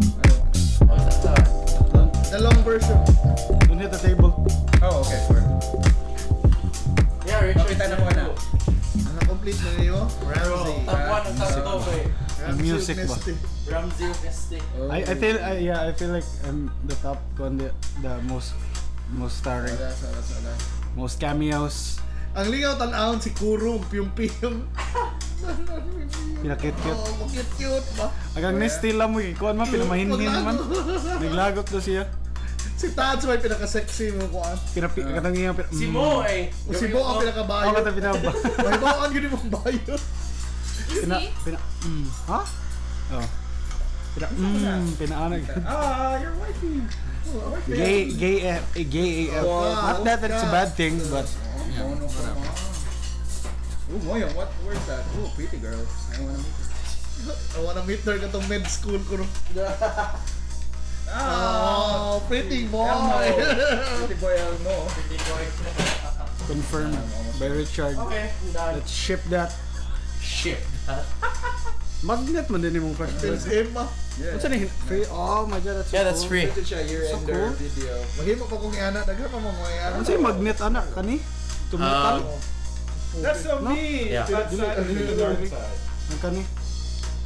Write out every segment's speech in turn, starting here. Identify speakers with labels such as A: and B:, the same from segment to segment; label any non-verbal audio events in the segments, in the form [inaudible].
A: Top 1 ang
B: Silk na kayo? Ramsey.
C: Oh,
A: sabi ko kay
B: Ramsey
D: Music ba?
B: Mesty.
A: Ramsey Veste.
D: I, I feel I, yeah I feel like I'm the top con the, the most most starring
B: Wala, wala, wala.
D: most cameos
B: Ang lingaw tanahon si Kuro, piyong-piyong.
D: pinakit-kit
B: Oo, oh, cute-cute ba?
D: agang nesty lang mo ikuan man pinamahinhin man naglagot do siya
B: Si Tads may pinaka-sexy mo ko ah.
D: pinapi katangiang pina, mm.
A: Si Mo eh.
B: O si Bo ang
D: oh, ako
B: pinaka-bayo.
D: kata pinaba
A: [laughs]
B: May Bo ang yun yung bayo.
D: pina pina mm, ha oh pina mm, pinaanag
B: Ah, you're wifey. Oh, wifey.
D: gay gay F, eh, gay AF not that it's a bad thing but
C: Ooh, Moyo, what where's that? Ooh, pretty girl. I wanna meet her.
B: I wanna meet her katong med school ko. no. Oh, pretty boy.
C: Ah, Pretty boy, I'll know.
A: Hindi ko eh.
D: confirmed by Richard
A: Okay, I'm done.
D: let's ship that
A: Shit.
D: [laughs] magnet man din imong crush
B: Pins Emma.
C: Yeah.
D: What's that? Free? Oh my god, that's so
A: Yeah, that's
D: cool.
A: free.
C: Pretty siya,
D: cool.
C: year-ender video.
B: Maghimo pa kong iana. Daghan pa mo mo iana.
D: Ano sa'yo magnet anak kani? Tumutal?
E: That's so mean.
A: Yeah.
E: That side of the dark side.
D: Ang kani?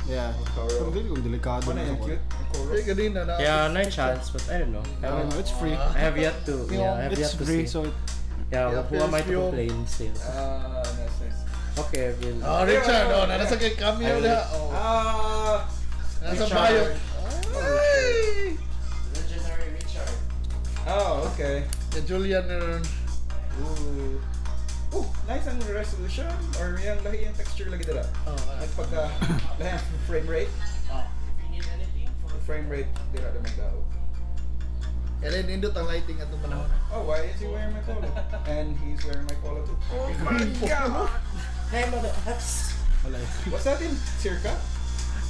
D: Yeah. Ang dili kong delikado
C: Ano
D: na
C: yan,
D: ako.
C: cute?
B: Eh, ganina na.
F: Yeah, no chance, but I don't know. I,
D: I don't know,
F: haven't-
D: it's free.
F: I have yet to. Yeah, Ah. I have
D: It's
F: yet to
D: free,
F: see.
D: so it- oh,
F: yeah,
B: Yeah,
F: who am I to
B: feels
F: complain still?
C: Ah, nice, nice.
F: Okay, I will.
B: Oh,
D: Ah.
B: Richard. Oh, nasa kay cameo na. Oh,
E: Ah,
B: nasa
F: Richard.
B: bayo.
A: Legendary Richard.
C: Oh, okay.
B: Si Julian er, na rin.
C: Ooh. Ooh, nice ang resolution or yung lahi yung texture lagi dala.
A: Oh,
C: At pagka [coughs] lahi ang frame rate, Ah.
A: If you need anything for
C: frame rate dira na magdao.
B: Kaya nindot ang lighting atong panahon.
C: Oh, why is he wearing my polo? And he's wearing my polo too. Oh my god!
A: Hey, mother Fs.
D: wala eh.
C: What's that in circa?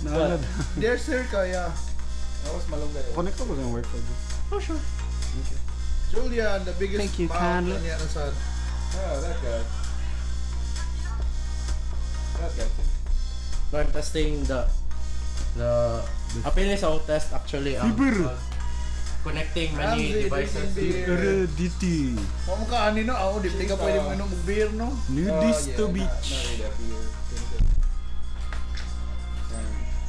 D: Naanad.
B: Dear sir, kaya
C: That was malunggay.
D: Connect ako sa wifi.
B: Julian, the biggest
D: Thank you,
B: mouth
D: kindly.
B: na niya ano, na sa
C: Oh, that guy. That guy too.
F: No, I'm testing the the appeal sa test actually ang
D: Fiber.
F: uh, connecting many
B: Ramsey,
F: devices.
B: drinking beer.
D: Heredity.
B: Huwag mo ka ani no, ako di ka pwede mo inom og beer no.
C: Oh,
D: Nudist
C: yeah,
D: to
C: not-
D: beach.
C: Not really a beer.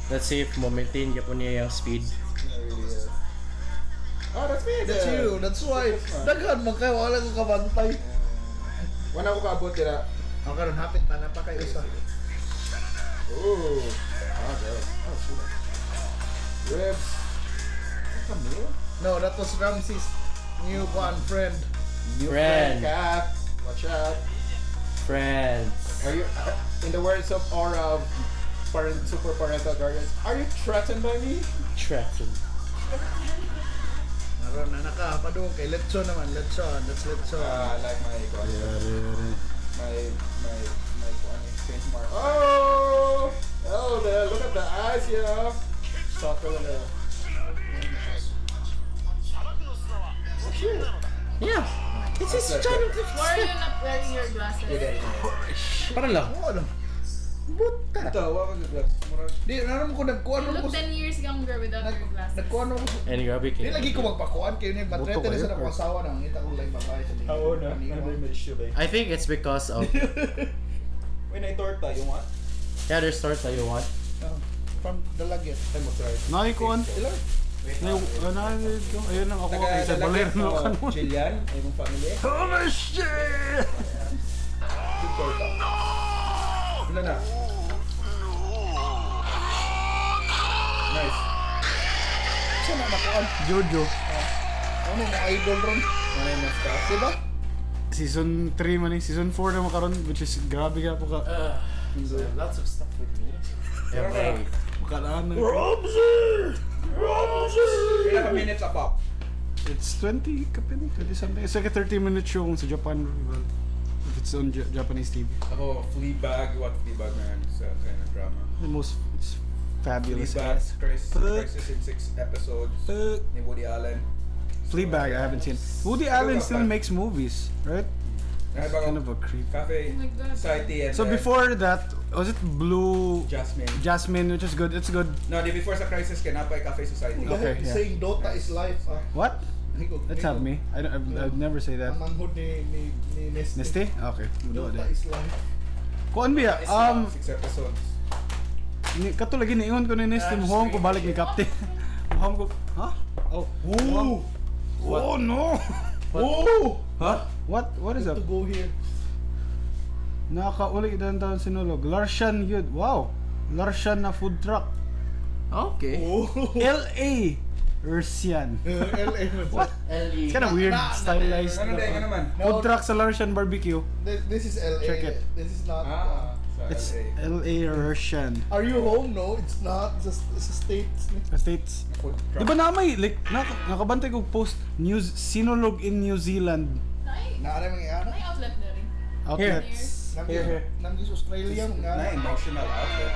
F: Let's see if mo-maintain niya po niya yung speed.
C: Not really a... Oh, that's me!
B: That's
C: the-
B: you, that's why. Daghan man kayo, wala ko kabantay.
C: Wala ko kaabot dira.
B: Ako karon hapit na na pa kayo sa.
C: Ooh. Ah, that was... Oh, shoot. Ribs. Is that Camille?
B: No, that was Ramsey's new one friend.
C: New
F: Friend.
C: Cat. Watch out.
F: Friends.
C: Are you... uh, In the words of or of parent, super parental guardians, are you threatened by me?
F: Threatened.
B: Naroon na naka pa doon kay Letson naman, Letson, that's Letson.
C: Ah, I like my...
D: Heredity.
C: my my my foreign exchange mark. Oh, oh, the, look at the eyes, yeah. Soccer in the. Oh, shit.
F: Yeah. It's his
C: Okay.
F: channel.
G: Why are you not wearing your glasses?
F: Para lang.
B: Oo, ano? Buta.
C: Ito, what was it? That's more-
B: Di naram ko nagkuan
G: You
B: ko.
G: look
B: sa-
G: 10 years younger without your glasses.
B: Nagkuan ko. sa-
F: And grabe
B: Di
F: kayo.
B: lagi ko magpakuan kayo ni matrete
D: Buto
B: na sa
D: kayo,
B: akong
D: or-
B: asawa nang kita ko lang babae sa
E: how old na?
B: Kanina.
E: Ano may shibay?
F: I think it's because of
C: Wait, na torta, you want?
F: yeah, there's stores that you want.
B: Oh, From Dalagyan.
C: Time mo try.
D: Nakikuan.
C: Ilan?
D: Nay- ah, nai- Ayun lang ako
C: Taga-
D: kay sa baler
C: lalaki,
D: no
C: oh,
D: kanon.
C: Jillian, ay mong family.
D: Oh shit!
C: Two torta. Ilan na? Nice.
B: Siya na nakuan.
D: [laughs] Jojo.
B: Ano na Oh, idol ron.
C: Nanay na staff.
B: Diba?
D: Season 3 man eh. Season 4 na makaroon which is grabe ka po ka.
A: So I have lots of stuff with me.
F: Yeah, bro.
D: Kalaan na.
C: Ilan ka minutes na pop?
D: It's 20 kapin, 20 something. It's like a 30 minute show kung sa Japan. Well, if it's on Ja- Japanese TV.
C: Ako, Fleabag. What Fleabag na yan sa kind of drama.
D: The most it's fabulous.
C: Fleabag, Crisis,
D: Fuck.
C: Crisis in six episodes
D: Uh,
C: ni Woody Allen.
D: Fleabag, I haven't seen. Woody Allen still makes movies, right?
C: Ay,
D: It's
C: bago,
D: kind of a creep.
C: Cafe,
G: Oh my God.
C: Society, and
D: So
C: then
D: before that, was it Blue
C: Jasmine.
D: Jasmine, which is good. It's good.
C: No, the before sa Crisis, kaya napay Cafe Society.
B: Dahil
D: Okay, yeah.
B: Saying Dota is life. Ah.
D: What?
B: Higo-
D: ya. That's
B: higo.
D: not me. I don't. I've, I'd never say that.
B: Ang manghod ni, ni, ni Nesty.
D: Neste? Okay. Mudo
B: Dota
D: ka din.
B: is life.
D: Kuan ba ya?
C: It's
D: Um,
C: um, six episodes.
D: ni, katulad gini, ingon ko ni Nestim, huwag ko balik ni Captain. Huwag ko, ha? Oh,
B: Ooh!
D: oh [laughs] no!
B: Ooh!
F: Huh?
D: What, what is up?
B: To go here.
D: Nakauli doon taon sinulog. Larshan yun. Wow! Larshan na food truck.
F: Okay.
B: Ooh! [laughs]
D: LA! Ursian.
B: LA man.
D: What? It's kind of weird. Stylized. uh,
C: Ano din, ano man?
D: Food truck sa Larshan Barbecue.
B: This, this is LA.
D: Check it.
B: This is not...
C: Ah, sa
D: It's
C: LA.
D: LA Larshan.
B: Are you home? No, it's not. It's a, it's a state.
D: States.
C: Food truck.
D: Di ba namay? Like, na, nakabantay kong post, New, Sinulog in New Zealand
G: Nay,
B: Naa na mga ano?
G: may outlet na rin.
D: outlets.
B: Nandis,
C: here.
B: nandis Australia mga
C: Na emotional outlet.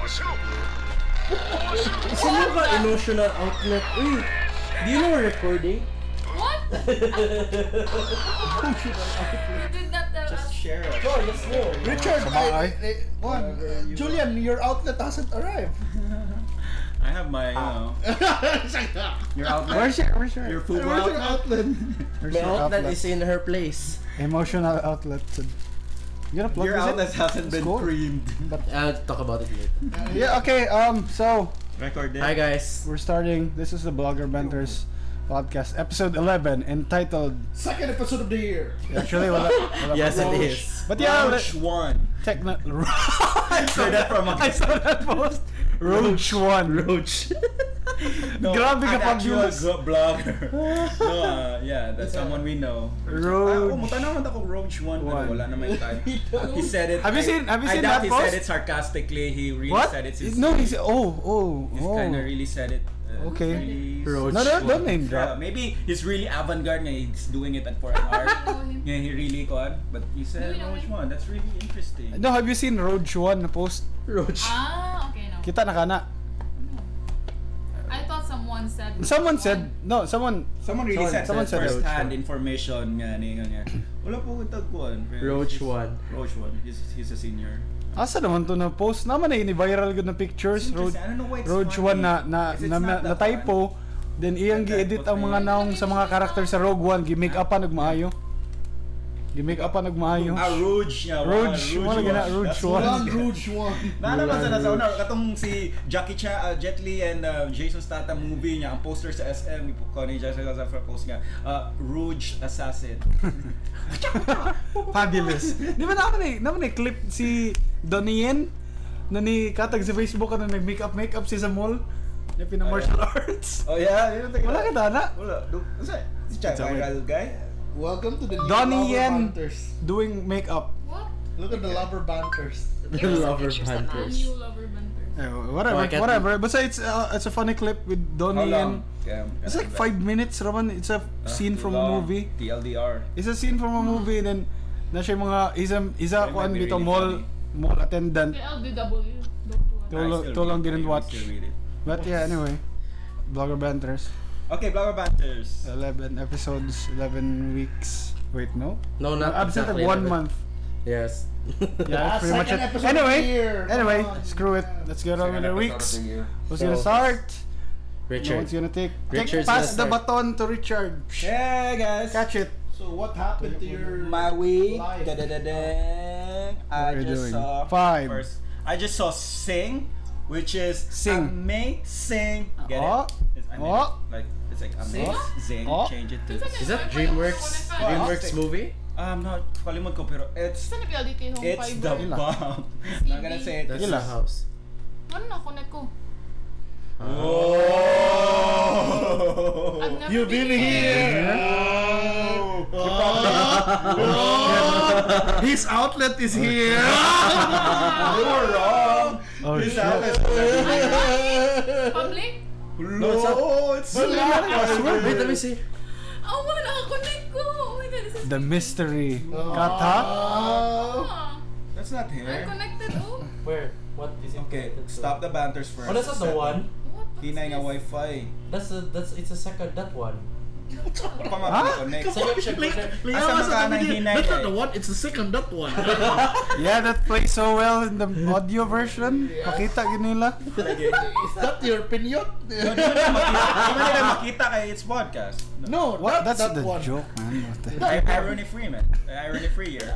F: Sino ka emotional outlet? Uy! Do you know we're recording?
G: What? you did not tell us.
C: Share it.
A: Go, let's go.
B: Richard,
D: Sama
B: I,
D: ay.
B: I- one,
C: Whatever you
B: Julian, your outlet hasn't
C: [laughs]
B: arrived.
C: I have my, you know, your outlet,
D: Where's your, where's your,
C: your food
B: Where's your
C: outlet.
B: outlet?
D: where's
F: My
D: your
F: outlet
D: outlet?
F: is in her place.
D: Emotional outlet. You gonna plug
C: Your
D: this in?
C: outlet hasn't been
D: Score.
C: creamed.
F: I'll talk about it later.
D: Yeah, okay. Um, so
C: Record
F: Hi
C: it.
F: guys.
D: we're starting. This is the Blogger Benters podcast, episode 11, entitled
B: Second episode of the year.
D: Actually, wala, wala
F: Yes,
D: pa.
F: it is.
D: But yeah,
C: Roach one. [laughs]
D: techno.
C: I saw that from
D: I saw that post. Roach one. [laughs] Roach. Grabe
C: an
D: kapag
C: actual
D: yun.
C: gro- blogger. no, uh, yeah, that's someone we know.
D: Roach.
C: Ah, umunta naman ako Roach one, pero
D: One.
C: wala naman
D: [laughs]
C: yung time. He said it.
D: Have you seen- have you
C: I
D: seen
C: doubt he
D: that post?
C: said it sarcastically. He really
D: What?
C: said it. He's,
D: No, he's oh oh
C: he's
D: oh.
C: kind of really said it. uh,
D: Okay.
C: really-
F: Roach.
D: No, no, don't name
C: Yeah,
D: drop.
C: maybe he's really avant-garde nga he's doing it for an
D: [laughs]
C: art. yeah, he really caught. But you said
G: Do you know
C: Roach
G: him?
C: one. That's really interesting.
D: No, have you seen Roach one na post?
F: Roach.
G: Ah, okay, no.
D: Kita na kana.
G: I thought someone said.
D: Someone said no. Someone
C: Someone really
D: Someone-
C: said
D: someone
C: that
D: said Roach
C: first-hand
D: one.
C: information nga ni nga niya. Wala po ko tagpuan. pero he's-
F: Roach one.
C: Roach one. He's, he's a senior.
D: asa naman to na post naman na ini viral good na
C: It's
D: pictures. Roach
C: interesting. I don't know why it's
D: Roach
C: funny.
D: one na na
C: Because it's
D: na, na,
C: not that
D: typo. Then iyang
C: That
D: gi-edit
C: was
D: ang mga
C: me.
D: naong sa mga karakter sa Rogue One, gimake up nagmaayo. Gimake up nagmaayo.
C: Ah, Rouge niya.
D: Roach, wala gina, Roach one.
B: One Rouge one.
C: Naalala ko sa nasa
D: Rouge.
C: una, katong si Jackie Chan, ah, Jet Li and ah, Jason Statham movie niya, ang poster sa SM, ko ni Jason Statham sa post niya, ah, Rouge Assassin.
D: Fabulous. Di ba naman eh, naman eh, clip si Donnie Yen na ni Katag sa Facebook ano nag-makeup makeup siya sa mall na pina martial arts. [laughs]
C: Oh yeah, yun
D: Wala ka dana?
C: Wala. Do- ano sa- Si Chan,
D: It's a
C: viral guy?
B: Welcome to the new
D: Donnie
B: Lover
D: Yen.
B: Banters.
D: Doing makeup.
G: What?
B: Look at the Lover Banters.
F: The lover
G: A
F: hunters.
G: new lover banter.
D: Eh, whatever,
F: Why can't
D: whatever. Basta it's uh, it's a funny clip with
C: How
D: Donnie
C: long?
D: Yen.
C: Kaya-
D: Ano It's like five minutes raman. It's a
C: Ah,
D: scene from a
C: long.
D: movie.
C: TLDR.
D: It's a scene from a movie then na siya yung mga isa
C: It
D: isa
C: might
D: kuan
C: be
D: dito
C: really
D: mall mall attendant.
G: Okay, LDW. Don't do it.
D: Too lo-
C: I still
D: too long
C: read-
D: didn't
C: I
D: watch.
C: still read it.
D: But yeah, anyway. Blogger Banters.
C: Okay, Blabber Banters.
D: 11 episodes, 11 weeks. Wait, no?
F: No, not
D: Absent
F: exactly
D: of one
F: eleven.
D: month.
F: Yes. [laughs]
D: Yeah, that's pretty much it.
B: Ah, second episode of
D: Anyway,
B: the year.
D: anyway,
B: Come on.
D: screw it. Let's get on with the weeks. Who's gonna
F: So-
D: start? No
F: Richard.
D: one's gonna take. take
F: Richard's
D: pass the
F: gonna start.
D: baton to Richard.
C: Hey guys!
D: Catch it.
B: So what happened to your
C: My week.
B: Life.
C: Da-da-da-dang.
D: What are
C: I
D: you
C: just
D: doing?
C: saw
D: Five.
C: First, I just saw Sing, which is
D: Sing.
C: amazing. Get
D: Oh.
C: it? It's, I mean,
D: Oh.
C: like it's like
G: Sing?
C: amazing. Zing.
D: Oh.
C: Change it to.
G: Minsan
F: Is
G: nag-
F: that
G: five-
F: DreamWorks?
G: five-
F: Dreamworks movie?
C: Um, no, kalimut ko pero it's
G: Minsan nag-LDT home
C: it's the
G: fiber.
D: Ila.
C: bomb.
G: TV.
C: [laughs] Not gonna say it.
F: That's
D: Ila.
F: the house.
G: Ano na, connect ko. I've
C: Whoa! [laughs]
G: never
B: You've been
C: Oh.
B: Oh, his outlet is here.
C: [laughs] You were wrong.
D: Oh,
C: This
D: shit.
C: outlet
B: [laughs]
G: Public?
C: No, it's
F: Wait, let me see.
G: Oh, wala, connect ko. Oh my god, this is...
D: The mystery. Kata?
B: Oh.
G: Ah,
C: That's not
G: I'm
C: here.
G: connected, oh.
A: Where? What is it?
C: Okay,
A: connected to?
C: stop the banters first.
A: Oh, that's not the
C: Set
A: one.
G: What? What's
C: Hinay nga
G: this?
C: wifi.
A: That's the that's it's a second that one.
C: Pa makakonect.
F: Ah! Come on,
C: Link-
F: Link-
C: Asa
F: Liyawan sa
C: magkana
F: tabi niya.
C: hinay
F: That's
C: ka
F: not
C: eh.
F: the one, it's the second, that one. [laughs]
D: Yeah, that plays so well in the audio version. Pakita yun nila.
F: Is that your opinion?
C: No, di mo na makita- di mo na lang makita kay it's podcast.
F: No, not
D: What? That's
F: that
D: the
F: one.
D: joke, man. What the-
C: I- Irony free, man. Irony free here.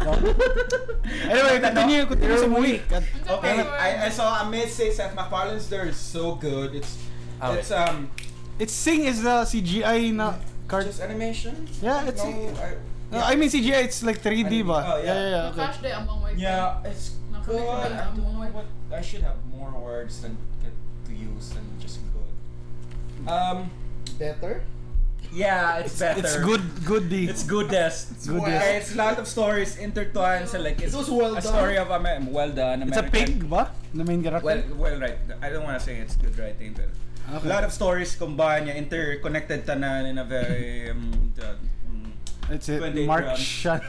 D: Anyway, continue, continue sa movie.
C: Okay, I, I saw I may say Seth MacFarlane's there is so good. It's
A: Oh.
F: Ah, wait.
C: it's um
D: It's Sing is the CGI na card.
C: just animation.
D: Yeah, it's-
C: No, I,
D: No, I mean CGI, it's like 3D
C: Oh,
D: ba?
C: yeah.
D: yeah, okay.
G: Crash day among wifi.
C: yeah, it's
G: Nakakita
C: good.
G: ka lang
C: I don't know
G: ang-
C: what I should have more words than get to use than just good. Um,
B: Better?
C: yeah, it's better.
D: It's good, good D.
C: It's goodest. It's
D: Goodest.
C: It's a lot of stories intertwined. So like it's
B: It was well
C: a
B: done.
C: story of a man, well done.
D: It's a
C: American-
D: pig ba? The main
C: Well,
D: character?
C: well, right. I don't want to say it's good writing, but a lot of stories combined, yeah, interconnected tanan in a very um, uh, um,
D: It's it.
C: 28
D: Mark
C: grams.
D: Shan.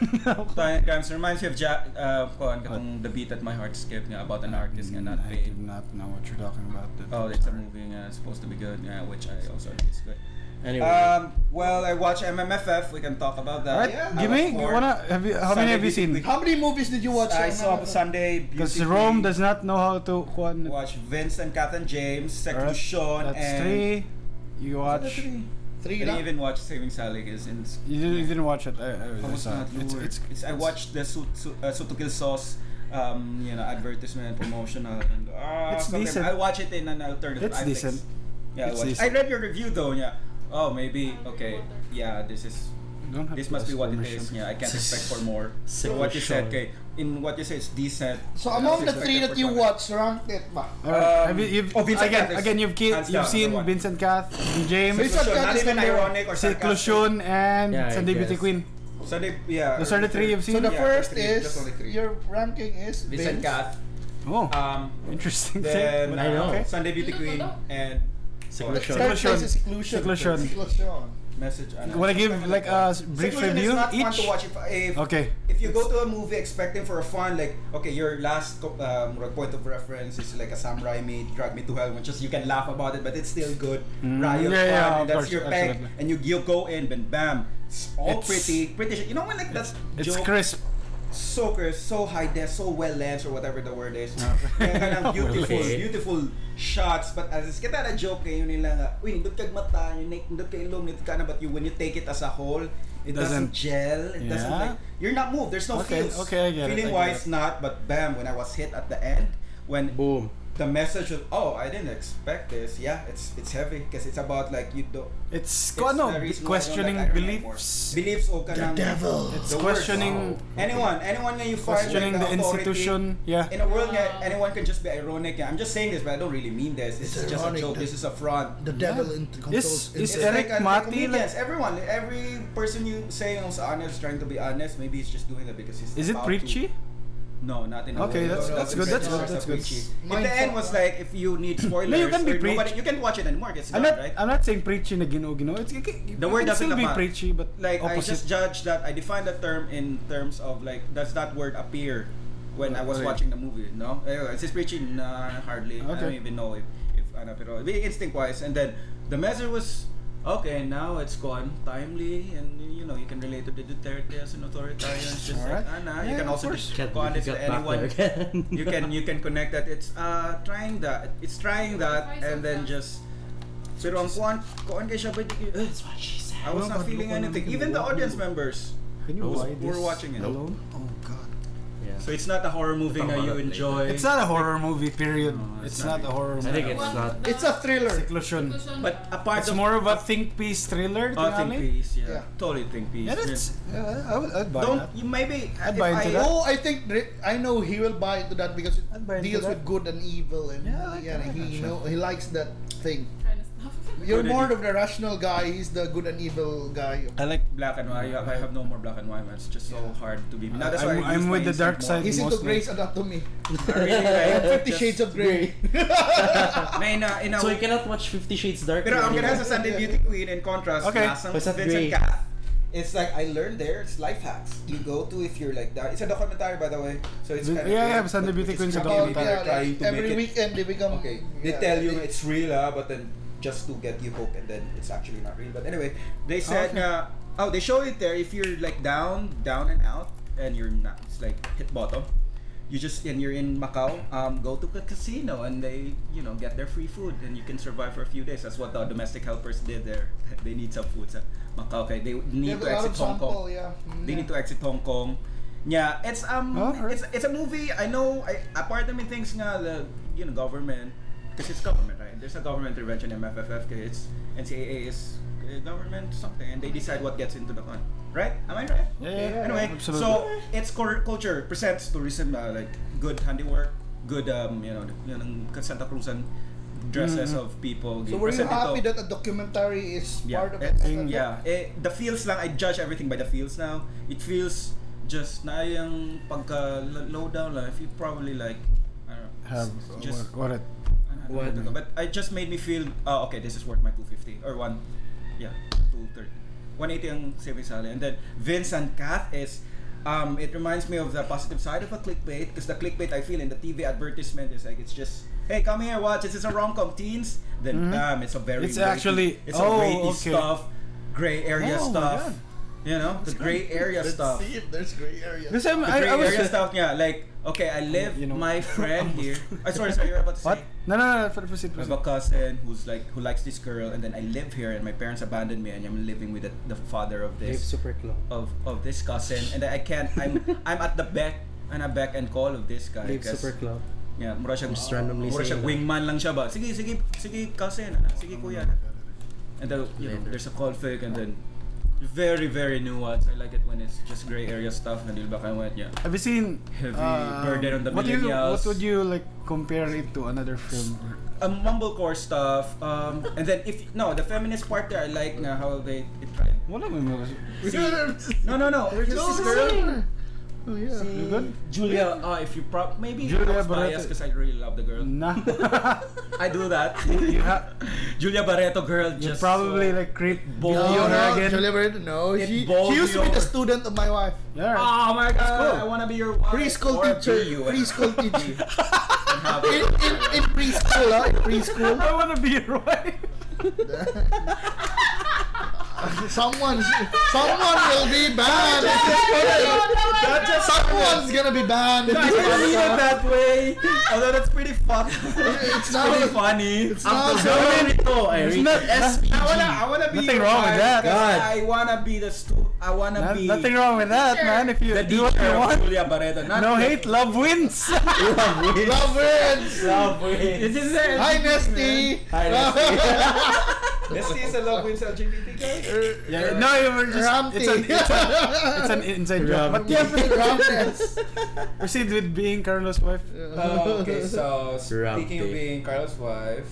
C: Tawag nga, so reminds me of ja uh, kuhan ka tong The Beat at My Heart Skip nga about an artist nga not
D: I
C: paid.
D: did not know what you're talking about. dude.
C: Oh, it's a movie nga supposed to be good nga, which I also think is good.
F: Anyway.
C: Um, well, I watch MMFF. We can talk about that.
D: Alright,
C: Yeah, I
D: give
C: was
D: me. You
C: bored.
D: wanna? Have you? How
C: Sunday
D: many have you
C: we-
D: seen?
C: we-
B: How many movies did you watch?
C: I saw Sunday
D: Because
C: Beauty
D: Rome
C: Queen.
D: does not know how to. Juan.
C: watch Vince and Kath and James,
D: Alright,
C: Seclusion,
D: That's
C: and
D: three. You watch. You,
B: Three
C: I
B: lang.
C: didn't even watch Saving Sally because in
D: didn't- you didn't watch it. I, I,
C: I
D: I
C: was
D: saw
C: not
D: it. It's,
C: lured.
D: it's,
C: It's- I watched the Su- Su- uh, Sutukil Sauce um, you know, advertisement, promotional, and ah,
D: It's
C: something.
D: decent.
C: I'll watch it in an alternative.
D: It's
C: Netflix.
D: decent.
C: Yeah, I'll
D: It's
C: watch.
D: decent.
C: I read your review though. Yeah. Oh, maybe. Okay. Yeah, this is.
D: Don't have
C: This
D: to
C: must be
D: ask
C: what it
D: permission.
C: is. Yeah, I can't expect for
D: [laughs]
C: more. So what you said, okay. In what you said, it's decent.
B: So
C: Yeah,
B: among
C: it's
B: the three
C: expected
B: that
C: for
B: you
C: twenty.
B: watched, ranked it ba?
D: Alright, have you,
C: Um,
D: you've,
C: oh, Vincent
D: again,
C: Cath is-
D: again, you've, ki-
C: hands
D: you've
C: down,
D: seen
C: number one.
D: Vincent Cath, James,
B: Vincent Cath
C: Not
B: is
C: even
B: number one.
C: ironic or sarcastic.
D: Seclusion, and
F: Yeah, I
D: Sunday Beauty
F: guess.
D: Queen.
C: Sunday, yeah.
D: Those are the three you've
B: So
D: seen.
B: the
C: Yeah,
B: first
C: three.
B: is,
C: Just only three.
B: your ranking is
C: Vincent
B: Vince.
C: Kath.
D: Oh,
C: Um,
D: interesting.
C: then
F: I know.
C: uh, Sunday Beauty Queen and
F: Seclusion.
B: Third place is Seclusion.
D: Seclusion.
B: Seclusion.
C: message. ano.
D: Want to give like a s- brief
C: Seclusion
D: review
C: is not fun
D: each?
C: to watch if, if
D: Okay.
C: if you go to a movie expecting for a fun like okay your last co- um, point of reference is like a samurai made drag me to hell which is you can laugh about it but it's still good
D: Mm,
C: riot
D: yeah,
C: fun
D: yeah,
C: and
D: of
C: that's
D: course,
C: your peg
D: absolutely.
C: and you, you go in and bam it's all
D: It's-
C: pretty pretty shit. you know when like that's
D: It's
C: joke,
D: crisp.
C: so crisp so high def so well lens or whatever the word is Kaya
D: [laughs]
C: kanang beautiful
F: Well, eh.
C: beautiful shots but as is kita na joke kayo nila nga uy nindot kag mata yun nindot kay ilong nindot ka na but you when you take it as a whole it doesn't,
D: Doesn't-
C: gel it doesn't
D: Yeah.
C: like you're not moved. There's no
D: Okay,
C: feels.
D: okay, I get it, I
C: Feeling
D: get
C: wise,
D: it.
C: not. But bam, when I was hit at the end, when
F: Boom.
C: the message was, oh, I didn't expect this. Yeah, it's it's heavy because it's about like you don't.
D: It's,
C: it's
D: ano,
C: the reason why I don't
D: questioning
C: like Iron Man more.
D: beliefs.
C: Beliefs o kanang
B: devil.
D: It's
C: the words.
D: questioning,
C: Anyone, anyone nga you find
D: questioning
C: like,
D: the
C: authority.
D: institution. Yeah.
C: In a world nga,
G: Wow.
C: anyone can just be ironic. I'm just saying this, but I don't really mean this. This
B: It's
C: is just a
B: ironic
C: joke.
B: that-
C: This is a front.
B: The devil in controls.
D: Is- is
C: It's
B: inside.
C: like,
D: Eric
C: uh,
D: Mati,
C: comedians, everyone, every person you say who's honest, trying to be honest, maybe he's just doing it because he's.
D: Is it
C: about to-
D: preachy?
C: No, not in a
D: Okay,
C: way.
D: that's-
C: No,
B: that's
C: no,
B: good,
C: it's
B: that's
C: just
B: good,
C: a
D: that's good.
C: preachy. If the
B: Mindful,
C: end was
B: no?
C: like, if you
D: [clears throat]
C: need spoilers,
D: No, you can be
C: or
D: preach.
C: nobody- you can't watch it anymore. It's
D: I'm
C: done,
D: not,
C: right?
D: I'm not saying preachy na gino gino. It's, it, can-
C: The
D: it
C: word
D: can still
C: doesn't
D: be
C: tama.
D: preachy, but
C: like I
D: opposite.
C: just judge that I define the term in terms of like does that word appear when I was
D: Okay.
C: watching the movie? No, Anyway, is this preaching? Nah, hardly. I don't
D: Okay.
C: even know if if ano pero instinct wise, and then the message was okay. Now it's gone timely, and you know you can relate to the Duterte as an authoritarian. It's just
D: Alright.
C: like ana. you
D: Yeah,
C: can
D: of
C: also
D: course.
C: just
F: Can't
C: go on
F: believe
C: it to
F: you got back there
C: anyone.
F: again.
C: you can you can connect that. It's uh trying that. It's trying that, and then just. Pero ang kuan kuan kay siya but
F: [laughs] That's what she said.
C: I was not feeling anything. Even the audience members.
D: Can you
F: Those
D: buy
C: who are
D: this
C: watching it.
D: alone?
B: Oh god.
F: Yeah.
C: So it's not a horror movie
F: Talk
C: that
F: about
C: you
F: that later.
C: enjoy.
D: It's not a horror movie, period.
C: No, it's
D: it's,
C: not
D: not, a horror
F: I
D: movie.
F: think it's not.
B: It's a thriller.
D: Seclusion.
C: But apart
D: It's
C: from
D: more of a think piece thriller.
C: oh,
D: tingali.
C: think piece, yeah.
B: Yeah.
C: Totally think piece.
D: Yeah, that's, yeah, I would, I'd buy
C: Don't
D: that.
C: you maybe
D: I'd
C: if
D: buy
C: I,
D: into that.
B: Oh, I think Rick- I know he will buy into that because
D: I'd
B: it
D: buy into
B: deals
D: that.
B: with good and evil, and
D: Yeah, I like
B: yeah,
D: that,
B: he
D: actually.
B: know he likes that thing.
G: Kind of stuff.
B: You're
C: Good
B: more
C: idea.
B: of the rational guy. He's the good and evil guy.
D: I like.
C: black and white. I have no more black and white. man. It's just so
B: Yeah.
C: hard to be. Now, that's why
D: I'm-
C: I
D: I'm
C: use
D: with
C: my
D: the dark
C: instinct
D: side.
B: He's into
D: mostly.
B: Grey's
C: [laughs]
B: Anatomy.
C: more.
F: [laughs]
C: I really like
B: Fifty
C: just-
B: Shades of Grey. [laughs]
C: Na [laughs] in a, in a,
F: So you cannot watch Fifty Shades Dark.
C: pero ang ganda
F: anymore.
C: sa Sunday Beauty Queen in contrast,
D: Okay.
C: lasang
F: Basta
C: Vincent
F: gray.
C: Cath. It's like I learned there. It's life hacks. You go to if you're like that. It's a documentary, by the way. So it's kind
D: Yeah,
C: of
D: yeah, Sunday Beauty Queen's a
B: About,
C: Queen's
D: documentary.
B: yeah,
C: Trying
B: like,
C: to make
B: every
C: it
B: weekend they become.
C: Okay.
B: yeah,
C: they tell you
B: they-
C: it's real, ah, but then just to get you hooked and then it's actually not real. But anyway, they said nga- oh they show it there if you're like down, down and out and you're not it's like hit bottom. You just and you're in Macau, um, go to the casino and they you know get their free food and you can survive for a few days. That's what the domestic helpers did there. [laughs] they need some food sa Macau. Okay, they
B: They
C: need
B: have a lot
C: to exit
B: of
C: Hong Kong.
B: sample, yeah. Mm,
C: They
B: yeah.
C: need to exit Hong Kong. Yeah, it's um,
D: Oh, Alright.
C: it's it's a movie. I know. I apart from things nga the you know government, because it's government, right? There's a government intervention in MFFF. 'kay? It's NCAA is uh, government something, and they decide what gets into the con, right? Am I right?
D: Yeah, yeah, yeah,
C: Anyway,
D: absolutely.
C: so it's cor- culture presents tourism uh, like good handiwork, good um, you know, yun ang Santa Cruzan dresses
D: Mhm.
C: of people.
B: So were you
C: Present ito.
B: happy that a documentary is
C: Yeah,
B: part of
C: eh,
B: it?
C: yeah. Eh, the feels lang, I judge everything by the feels now. It feels just na yung pagka lo- low down lang, if you probably like, I don't know,
D: Have
C: s-
D: uh,
C: just,
D: what it?
C: I don't know
F: what-
C: what to call- but it just made me feel, oh, okay, this is worth my 250 or one, yeah, 230. 180 ang saving salary. And then Vince and Kath is, um, it reminds me of the positive side of a clickbait because the clickbait I feel in the TV advertisement is like, it's just, hey, come here, watch, this is a rom-com teens. Then,
D: Mhm.
C: bam, it's a very
D: It's
C: weighty-
D: actually-
C: it's
D: oh,
C: a weighty
D: okay.
C: stuff, gray area
D: Oh my
C: stuff.
D: God.
C: You know, the gray area
B: Let's
C: stuff.
B: see if there's gray area.
D: This time
C: The
D: I,
C: gray
D: I was.
C: area stuff, yeah. Like, okay, I live
D: You know.
C: my friend here. I sorry, sorry, you're about to
D: What?
C: say.
D: No, no, no. Proceed,
C: I have
D: proceed.
C: a cousin who's like who likes this girl, and then I live here, and my parents abandoned me, and I'm living with the, the father of
F: Dave
C: this
F: super clown.
C: of of this cousin, and I can't.
F: [laughs]
C: I'm I'm at the back and a back and call of this guy.
F: Dave
C: 'cause,
F: super clown.
C: Yeah, mura siyang
F: Just randomly
C: mura siyang
F: saying
C: wingman lang siya ba? Sige, sige, sige cousin, anak. sige kuya. And then you know,
F: Later.
C: there's a conflict, and then very very nuanced. I like it when it's just gray area stuff. Nadil ba kayo niya?
D: Have you seen
C: Heavy
D: um,
C: burden on the
D: what do you,
C: millennials.
D: What would you like compare it to another film? or-
C: um, mumblecore stuff. Um, and then if no, the feminist part there, I like na how they it tried.
D: Wala may mga-
C: No, no, no.
B: We're
C: There's
B: just
C: this girl,
B: Oh, yeah.
D: You good?
C: Julia. Uh,
F: [laughs]
C: if you prop, maybe Julia
D: Julia
C: bias
D: Barreto.
C: because I really love the girl.
D: [laughs] Nah.
C: [laughs] I do that.
D: [laughs] you ha-
C: Julia Barreto girl.
D: you
C: Just uh,
D: probably
C: so-
D: like creep
C: Bold.
B: No,
D: Leon
B: no,
D: again.
B: Julia Barreto, no.
C: It
B: She,
C: bowls
B: she used to be
C: you
B: the
C: over.
B: student of my wife.
D: Yeah.
C: Oh my god!
D: cool.
C: I wanna be your wife.
B: Preschool
C: or
B: teacher.
C: be you. eh?
B: Preschool teacher.
C: [laughs] And have
D: [laughs]
C: [laughs]
B: in, in, in preschool, ah, In preschool. [laughs]
D: I wanna be your wife.
B: someone, someone will be banned. in this podcast. Someone's gonna be banned. in
C: I
B: this
C: didn't mean it
B: podcast.
C: that way. Although that's pretty
D: [laughs]
C: [laughs] fucked.
B: It's not-
C: pretty funny.
B: It's not
F: Oh, I
D: It's
F: read
D: not
F: [laughs]
C: I wanna, I wanna be
D: Nothing
C: your
D: wrong with
C: wife
D: that.
C: 'cause
D: God.
C: I wanna be the stu- I wanna
D: Not-
C: be
D: nothing wrong with that,
G: Teacher.
D: man. If you
C: the
D: do what
C: teacher
D: you
C: of
D: want.
C: Julia Barreto. Not
D: No
C: the-
D: hate,
C: [laughs]
D: love wins.
B: Love it.
F: Oh,
C: Love wins. This is it.
B: Hi, Nesty.
F: [laughs] Hi, Nesty.
B: [laughs]
C: Nesty is a love wins LGBT guy.
D: [laughs] yeah, no, you were just. It's an, it's, an, it's
C: [laughs]
D: an inside joke. But yeah,
B: [laughs]
D: proceed with being Carlos' wife.
C: Oh,
B: [laughs]
C: okay, so
F: speaking
C: speaking
F: of
C: of
F: Grumpy.
C: being Carl's wife,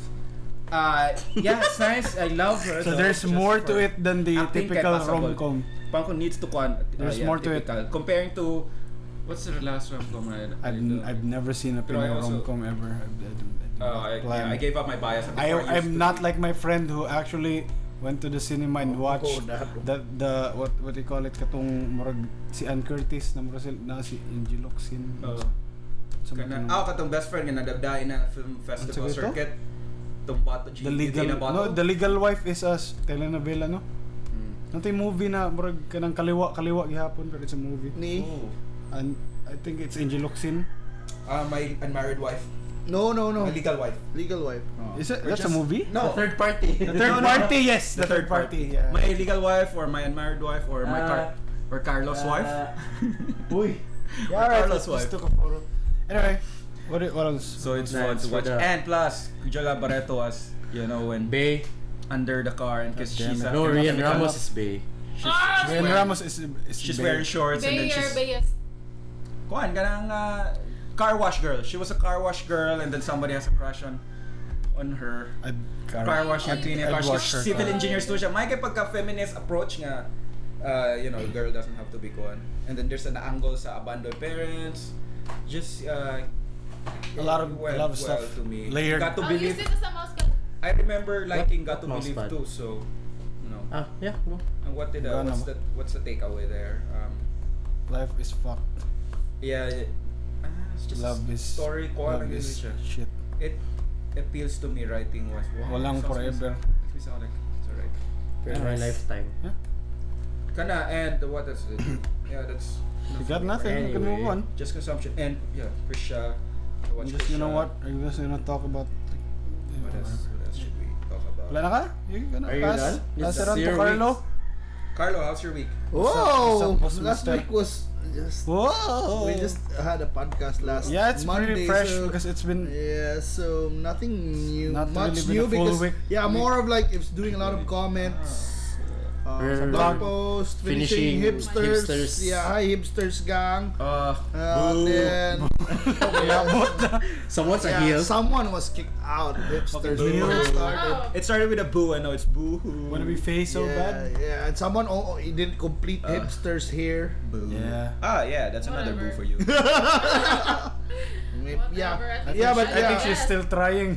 C: uh, yeah, it's nice. I love her.
D: So there's more to it than the
C: acting kay
D: typical
C: Pasabol.
D: rom-com.
C: Panko needs to quan.
D: There's more to it.
C: it. Comparing to what's the last rom com I I
D: I've,
C: don't-
D: I've never seen a
C: Pero I
D: Pinoy
C: also-
D: rom-com ever. I, I don't, I do
C: Oh,
D: not
C: I,
D: plan.
C: yeah, I gave up my bias.
D: I,
C: before used
D: I'm
C: to
D: not
C: be.
D: like my friend who actually went to the cinema and
C: Oh,
F: Oh,
D: watched
F: [laughs]
D: the the what what do you call it katong murag si Ann Curtis na murag sil- na si Angie Locsin.
C: Oh. ah,
D: Sa mga
C: Kana,
D: kanong-
C: ako katong best friend nga nadagdain na film festival
D: Ano sabi ito?
C: circuit. Itong bato,
D: the legal
C: na bato.
D: no the legal wife is us telenovela no. Nanti movie na murag kanang kaliwa kaliwa gihapon pero it's a movie.
B: Ni.
C: Hmm. Oh.
D: And I think it's Angie Locsin.
C: Ah, my unmarried wife.
B: No, no, no.
C: My legal wife.
B: Legal wife.
D: Oh. Is it
C: Or
D: that's a
C: just-
D: movie?
C: No.
F: third party. [laughs]
D: Oh. The
C: No,
D: third
C: no, no.
D: party yes, the, third party. Yeah. Uh,
C: My legal wife or my unmarried wife or my Car- or Carlos' wife.
F: Uh,
D: Uy.
C: Or
D: Yeah, alright,
C: Carlos'
D: let's- let's
C: wife.
D: took a photo. Anyway, what what else?
C: So it's
F: Nice
C: fun to
F: for
C: watch.
F: the-
C: And plus, Jola Barreto was, you know, when
F: Bay.
C: under the car and because
D: God damn
C: she's a-
D: it.
F: No, Rian
C: because
F: Ramos is Bay.
G: Ah,
D: Ryan
G: swear.
D: Ramos is, is
C: She's
D: big.
C: wearing shorts and then
G: Bayer,
C: she's
G: Bayes.
C: Kuan, ganang uh, car wash girl. She was a car wash girl and then somebody has a crush on on her.
D: I'd
C: Car
D: car-
C: wash and cleaning
D: I'd
C: car
D: wash her
C: wash. Civil
D: car.
C: engineers too siya. May kay pagka feminist approach nga uh, you know, girl doesn't have to be kuan. And then there's an angle sa abandoned parents. Just uh,
D: A lot of-
C: well,
D: a lot of
C: well
D: stuff.
C: to me.
D: Layered.
C: Got to
G: Oh, you
C: believe.
G: said this sa mouse ka.
C: I remember liking Got to
F: Mouse
C: Believe
F: pad.
C: too, so you know.
F: Ah, yeah, go.
C: And what did uh,
D: Wala
C: what's
D: naman.
C: the what's the takeaway there? Um,
D: Life is fucked.
C: yeah, yeah. Ah, it's just
D: Love is
C: story kuan
D: Love
C: ang
D: is
C: siya.
D: shit.
C: it appeals to me writing was wow,
D: Walang
C: sounds-
D: forever.
C: makes me sound like it's alright.
D: Very
F: my
D: nice.
F: lifetime.
C: Kana and what is it? [coughs] yeah, that's
D: You got nothing. You can
F: Anyway.
D: move on.
C: just consumption and yeah, Krisha. I watch
D: I'm just gonna
C: Krisha.
D: what? I'm just gonna talk about.
C: What else, what else should we talk about?
D: Wala na ka? You gonna
F: Are you
D: pass?
F: done?
D: Pass
F: It's
D: it on to
F: zero
D: Carlo.
C: Carlo, how's your week?
B: Whoa!
D: Usap- usap-
B: Last
D: mister.
B: week was just
D: Whoa!
B: we just had a podcast last
D: yeah, it's
B: Monday,
D: pretty fresh
B: so-
D: because it's been
B: Yeah, so nothing new,
D: Not
B: much
D: really been
B: new
D: a full
B: because
D: week.
B: yeah, more of like it's doing a lot of comments, uh, some
F: We're
B: blog post, finishing,
F: finishing
B: hipsters,
F: hipsters.
B: yeah, hi hipsters gang,
C: Uh,
B: uh, then
D: labot na.
F: Someone's a
B: yeah,
F: heel.
B: someone was kicked out, hipsters
D: Okay,
B: before
D: boo.
B: it started.
G: Oh.
C: it started with a boo. I know it's boo hoo.
D: Wanna be face so
B: yeah,
D: bad? Ah.
B: yeah, and someone oh, oh, he did complete
C: Uh.
B: hipsters here.
C: boo.
D: Yeah.
C: Ah, yeah, that's another boo for
G: Whatever.
C: you.
B: Maybe-
G: Whatever,
B: yeah,
G: I think
B: yeah,
G: she-
B: but
D: I think
B: yeah.
D: she's still trying.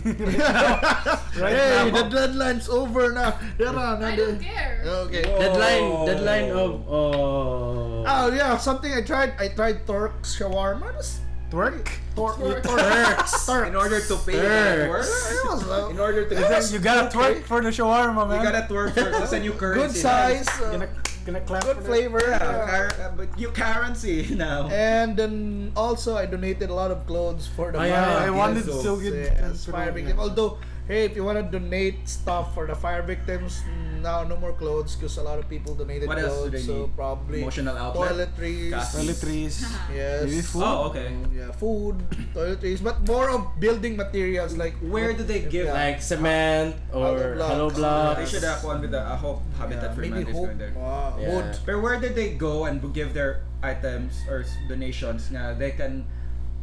D: Right
B: hey,
D: now.
B: the deadline's over now. Yeah, nah, nah, the-
G: I don't care. [laughs]
B: Okay.
F: Deadline,
C: Oh.
F: deadline of oh.
B: Oh yeah, something I tried. I tried Turks shawarma. Just
D: Twerk?
B: Tor-
G: Turks.
B: Turks.
C: In order to pay
F: Turks.
C: for
B: It was, uh,
C: in order to
B: It was
D: You gotta
B: okay.
D: twerk for the shawarma, man.
C: you gotta twerk first. It's a new
B: Good
C: currency.
B: size. uh,
D: Gonna, gonna clap
B: good
D: for the-
B: flavor.
C: Yeah,
B: uh,
C: cur- uh, but new currency [laughs] now.
B: and then also I donated a lot of clothes for the
F: Oh, Yeah,
D: Yeah, I wanted
C: so-
D: so good.
B: yeah, fire victim. Although, hey, if you wanna donate stuff for the fire victims, now no more clothes because a lot of people donated
C: What else
B: clothes.
C: do they
B: So
C: need?
B: probably
C: Emotional outlet.
B: toiletries.
C: Gas.
G: [laughs]
D: Toiletries.
B: Yes.
D: Maybe food.
C: Oh, okay.
B: Yeah, food, [coughs] toiletries, but more of building materials like
C: Where do they give?
B: Yeah.
F: Like cement or
B: Hollow
F: hollow
B: blocks.
C: They
F: blocks.
C: should have one with the I hope Habitat for
B: maybe
C: Humanity is
B: hope,
C: going there.
B: wow,
F: Yeah.
B: wood.
C: But where did they go and give their items or s- donations? Now they can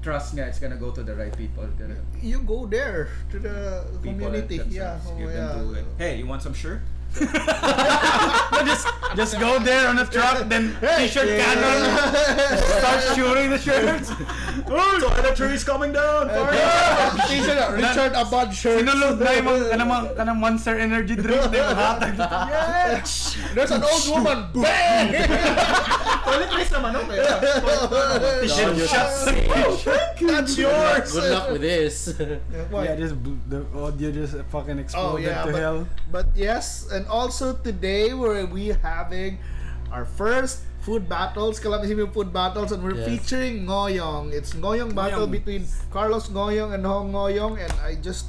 C: trust nga it's gonna go to the right people. Gonna
B: You go there to the
C: people
B: community. Yeah,
C: themselves
B: oh,
C: give them to
B: yeah.
C: it. Hey, you want some shirt?
D: just, just go there on a truck, then t-shirt cannon,
B: [laughs]
D: start shooting the shirts.
C: Toiletry is coming down.
B: T-shirt, uh, Richard Abad shirt.
D: Sinulog na yung mga, kanang mga- kanang Monster Energy drink na yung hatag.
B: There's an old [laughs] woman. Bang!
C: Toiletries naman no?
B: [laughs]
F: Shit,
D: Shit,
F: you-
D: shots.
B: That's yours.
F: Good luck with this. [laughs]
B: Yeah, why?
D: Yeah, just bl- the audio just fucking
B: Oh
D: exploded
B: yeah,
D: to
B: but,
D: hell.
B: but yes, and also today we're we having our first food battles, Kalamazoo food battles, and we're
F: Yes.
B: featuring Ngoyong. It's Ngoyong battle
D: Ngoyong.
B: between Carlos Ngoyong and Hong Ngoyong, and I just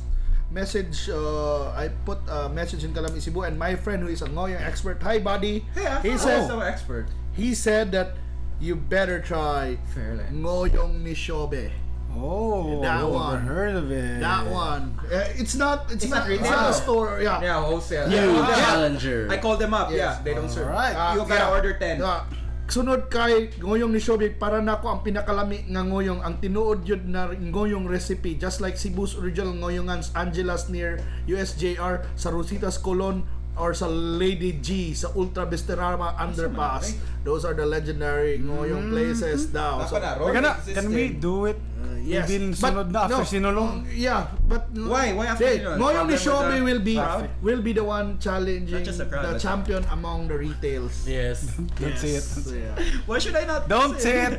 B: message uh, I put a message in Kalamisibu and my friend who is a Ngoyong expert, hi buddy, he said
C: so expert.
B: he said that you better try
C: Fairly.
B: Ngoyong ni Shobe.
D: Oh,
B: That
D: I've
B: one.
D: heard of it.
B: That one. Uh, it's not it's,
C: It's
B: not,
C: not
B: it's not a
C: retail.
B: store, yeah.
C: Yeah, wholesale.
F: New
C: Yeah.
F: challenger.
C: I called them up.
B: Yes.
C: Yeah, they don't serve.
D: Alright.
B: Ah,
C: You gotta
B: yeah.
C: order 10.
B: Ah, sunod kay ngoyong ni Shobig para nako ang pinakalami nga ngoyong ang tinuod yun na ngoyong recipe just like Cebu's original ngoyongans Angela's near USJR sa Rosita's Colon or sa Lady G sa Ultra Besterama Underpass.
C: eh?
B: Those are the legendary
C: Mm-hmm.
B: ngoyong places daw. So,
D: We're gonna, can we do it?
B: Uh, yes.
D: Maybe
B: But,
D: sunod na
B: no,
D: after
B: mm,
D: sinulong?
B: Yeah, but
C: Why? Why after
B: Hey,
C: yun?
B: Ngoyong ni
C: Problem with
B: Shobe
C: the
B: will be
C: traffic.
B: will be the one challenging
C: Not just the crowd,
B: the
C: that's-
B: champion among the retails.
F: Yes.
D: Don't say it.
B: So, yeah.
C: Why should I not?
D: Don't say it.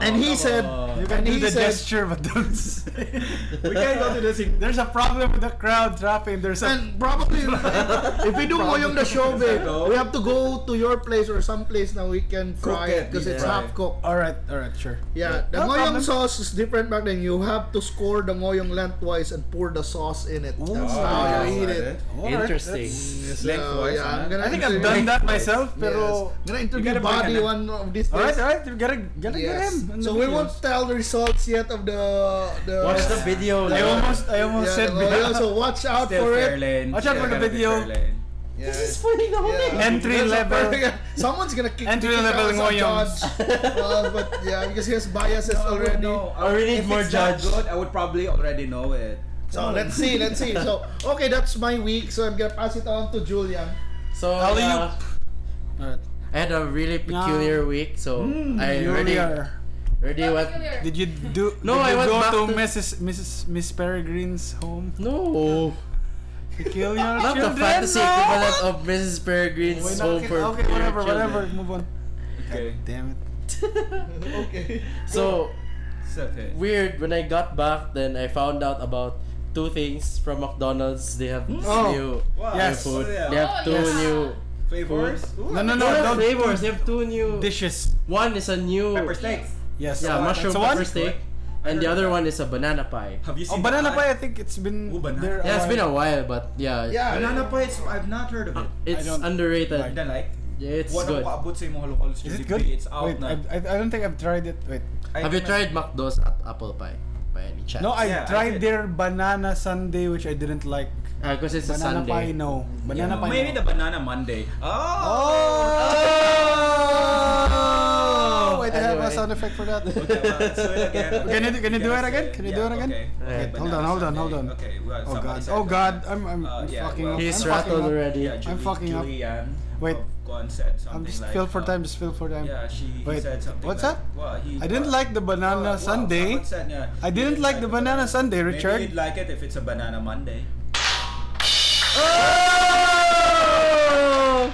B: And he said,
D: You
B: and
D: can Oh, do
B: he
D: the
B: said,
D: gesture, but don't [laughs] say it.
C: We can't go to this.
D: There's a problem with the crowd traffic. There's a
B: and
D: [laughs]
B: probably, if we do Ngoyong the show, babe, we have to go to your place or some place na we can
C: Cook
B: fry
C: it,
B: it because it's
C: yeah.
B: half cooked.
D: All right, all right, sure.
B: Yeah, the
D: No
B: Ngoyong
D: problem.
B: sauce is different back then. You have to score the Ngoyong lengthwise and pour the sauce in it.
D: Ooh.
B: That's
D: Oh,
B: how
D: yeah.
B: you eat it.
D: All right,
F: Interesting.
D: that's-
C: It's
B: So,
C: lengthwise.
B: yeah, I'm
C: huh?
B: gonna
D: I think I've
B: interview-
D: done that myself,
B: Yes.
D: pero
B: I'm gonna
C: You
B: interview
C: gotta bring
B: Buddy
C: him.
B: one of these days.
D: all right, all right, you gotta gotta
B: Yes.
D: get him. in
B: So
D: the
B: we
D: video.
B: won't tell the results yet of the the. [laughs]
F: Watch the video.
D: I
F: lang.
D: almost, I almost
B: Yeah,
D: said.
B: the Ngoyong, so watch out for
C: Still fair
B: it.
C: lane.
D: Watch out
C: Still
D: for the
C: gotta be
D: video.
C: fair lane.
B: Yeah.
F: funny naman
B: Yeah.
D: Entry
B: That's a
D: level.
B: perfect- Someone's gonna kick
D: Entry
B: kick us
D: level
B: out as a
D: [laughs] ngoyongs.
B: judge. well, but yeah, because he has biases
C: No, I would
B: already.
C: know.
F: I really
C: If
F: need more
C: it's that
F: judge.
C: Good, I would probably already know it.
B: So let's see, let's see. So okay, that's my week. So I'm gonna pass it on to Julian.
F: So,
D: How do you-
F: uh, I had a really peculiar week, so I
D: You
F: already,
D: Mm, Hmm, are-
F: already went.
D: Did you do?
F: No,
D: did
F: I
D: you
F: went
D: go
F: back
D: to,
F: to-
D: Mrs. Mrs. Miss Peregrine's home
F: No,
D: to kill your
F: not the
D: children.
F: fantasy
D: no!
F: equivalent of Mrs. Peregrine's
D: Why not?
F: home for
D: okay,
F: your
D: whatever,
F: children. [laughs]
D: whatever. Move on.
C: Okay.
D: Damn it.
B: Okay.
F: So
C: It's okay.
F: weird when I got back, then I found out about two things from McDonald's. They have this
B: Oh.
F: new,
C: Wow.
F: new
C: Yes.
F: food.
C: Oh, yeah.
F: They have two
G: Oh, yeah.
F: new
C: Flavors? Ooh,
D: No, no,
F: no,
D: no,
F: no,
D: don't.
F: flavors. They have two new.
D: Dishes.
F: One is a new
C: Pepper steak.
D: Yes.
F: yeah
C: So,
F: mushroom
D: so
F: pepper
D: one-
F: steak, and the other one is a banana pie.
C: Have you seen
D: Oh,
C: the
D: banana pie, I
C: ad?
D: think it's been
C: Ooh, banana.
D: there.
F: Yeah, it's been a
D: while.
F: while, but yeah,
C: Yeah, banana pie. It's, I've not heard of it.
F: it's
D: I don't
F: underrated.
C: I don't like.
F: Yeah, it's
C: What
F: good.
C: ang paabot sa imong halong halos
D: uh, Is it
C: Jollibee?
D: good?
C: It's out
D: Wait,
C: na.
D: I, I, I don't think I've tried it. Wait.
C: I
F: Have you
C: recommend-
F: tried McDo's at apple pie by any chance?
D: No, I
C: Yeah, I
D: tried
C: did.
D: their banana sundae, which I didn't like.
F: because Uh, it's a
D: banana
F: Sunday.
D: pie, no. Banana pie.
C: Maybe the
D: no.
C: banana Monday. Oh!
D: Oh! Wait, I have a
F: Anyway.
D: sound effect for that.
C: [laughs] Okay, well, so it again.
D: [laughs] Can you do- can you do
C: Yes,
D: it again?
C: uh,
D: Can you
C: yeah,
D: do it again?
C: Okay.
F: Alright,
C: Okay,
D: hold
C: banana
D: on, hold
C: Sunday.
D: on, hold on.
C: Okay, well,
D: Oh
C: somebody
D: god.
C: said
D: Oh
C: that.
D: god. I'm I'm,
C: Uh, yeah,
D: fucking
C: well-
D: up.
F: He's
D: I'm
F: rattled
D: fucking up.
F: already.
C: Yeah, Julie,
D: I'm fucking up.
C: Julianne
D: Wait.
C: of Guan said something
D: I'm just
C: like,
D: filled for
C: uh,
D: time, just filled for time.
C: Yeah, she he
D: Wait,
C: said something
D: what's
C: like,
D: that?
C: Wow, he,
D: I didn't
C: wow,
D: like the banana
C: wow, wow,
D: sundae.
C: someone said, yeah,
D: I
C: he
D: didn't like the banana sundae, Richard.
C: Maybe you'd like it if it's a banana Monday.
D: Oh!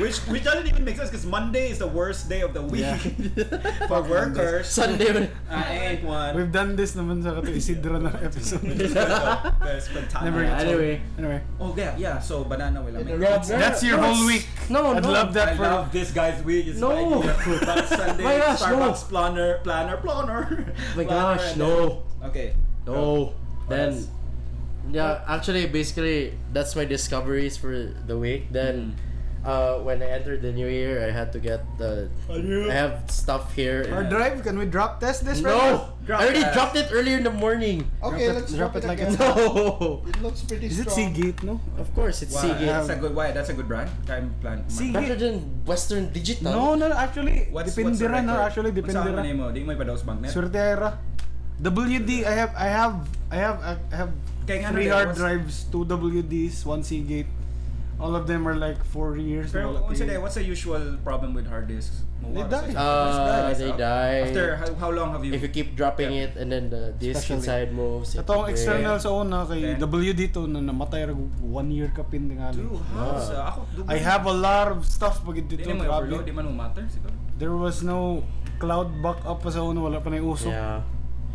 C: Which which doesn't even make sense because Monday is the worst day of the week
D: Yeah.
C: [laughs] for workers.
F: Sunday. when-
C: I ain't one. [laughs]
D: We've done this naman sa kato Isidro na episode.
C: That's fantastic.
D: Never gets old.
F: Anyway.
D: Anyway.
C: Oh yeah, yeah. So banana will make.
F: Rob,
C: sense.
D: That's your whole week.
F: [laughs] No,
D: I'd
F: no.
D: love that
C: I
D: for
C: love this guy's week. It's
F: No.
C: like Starbucks
D: [laughs]
C: Sunday,
F: My gosh, no.
C: Starbucks planner, planner, planner.
F: my
C: Planner and
F: gosh, no.
C: then- Okay.
F: No. Then,
C: else?
F: yeah, actually, basically, that's my discoveries for the week. Then, uh, when I entered the new year, I had to get the. I have stuff here.
D: Hard drive, can we drop test this right
F: No!
C: Drop
F: I already
C: that.
F: dropped it earlier in the morning.
D: Drop
B: Okay,
D: it-
B: let's
D: drop
B: drop, it,
D: it like
B: again.
D: it's
F: No!
B: It looks pretty
D: Is it
B: strong.
D: Seagate, no?
F: Of course, it's
C: Wow, um,
F: Seagate.
C: That's a good. Why? That's a good brand. Time plan.
D: Sige.
F: Better than Western Digital.
D: No, no, actually,
C: What's what's
D: depende
C: the
D: ra, no,
C: record?
D: actually,
C: Unsa
D: depende
C: ang
D: ra.
C: name mo? Di mo ipadaos magnet.
D: Swerte ay ra. WD, I have, I have, I have, I have
C: Kaya nga
D: three
C: na,
D: hard
C: what's-
D: drives, two WDs, one Seagate. All of them are like four years.
C: Pero
D: wala
C: unsa
D: pa
C: day?
D: yun.
C: What's the usual problem with hard disks?
D: They
C: Mawala
D: die.
C: sa-
F: Uh,
C: First
F: they
C: time,
F: die.
C: After how, how long have you?
F: if you keep dropping
C: Yeah.
F: it and then the disc
D: Especially.
F: inside moves. it
D: Atong
F: will
D: external
F: break.
D: sa una kay
C: Then-
D: WD to na namatay ra gug one year ka pin tingali.
C: Dude, how?
F: Ah.
C: sa- ako, dude,
D: I have a lot of stuff pag
C: Di
D: dito
C: na mo overload. Di
D: grabe.
C: man mo matter. Siguro.
D: There was no cloud backup pa sa una wala pa na yung uso.
F: Yeah.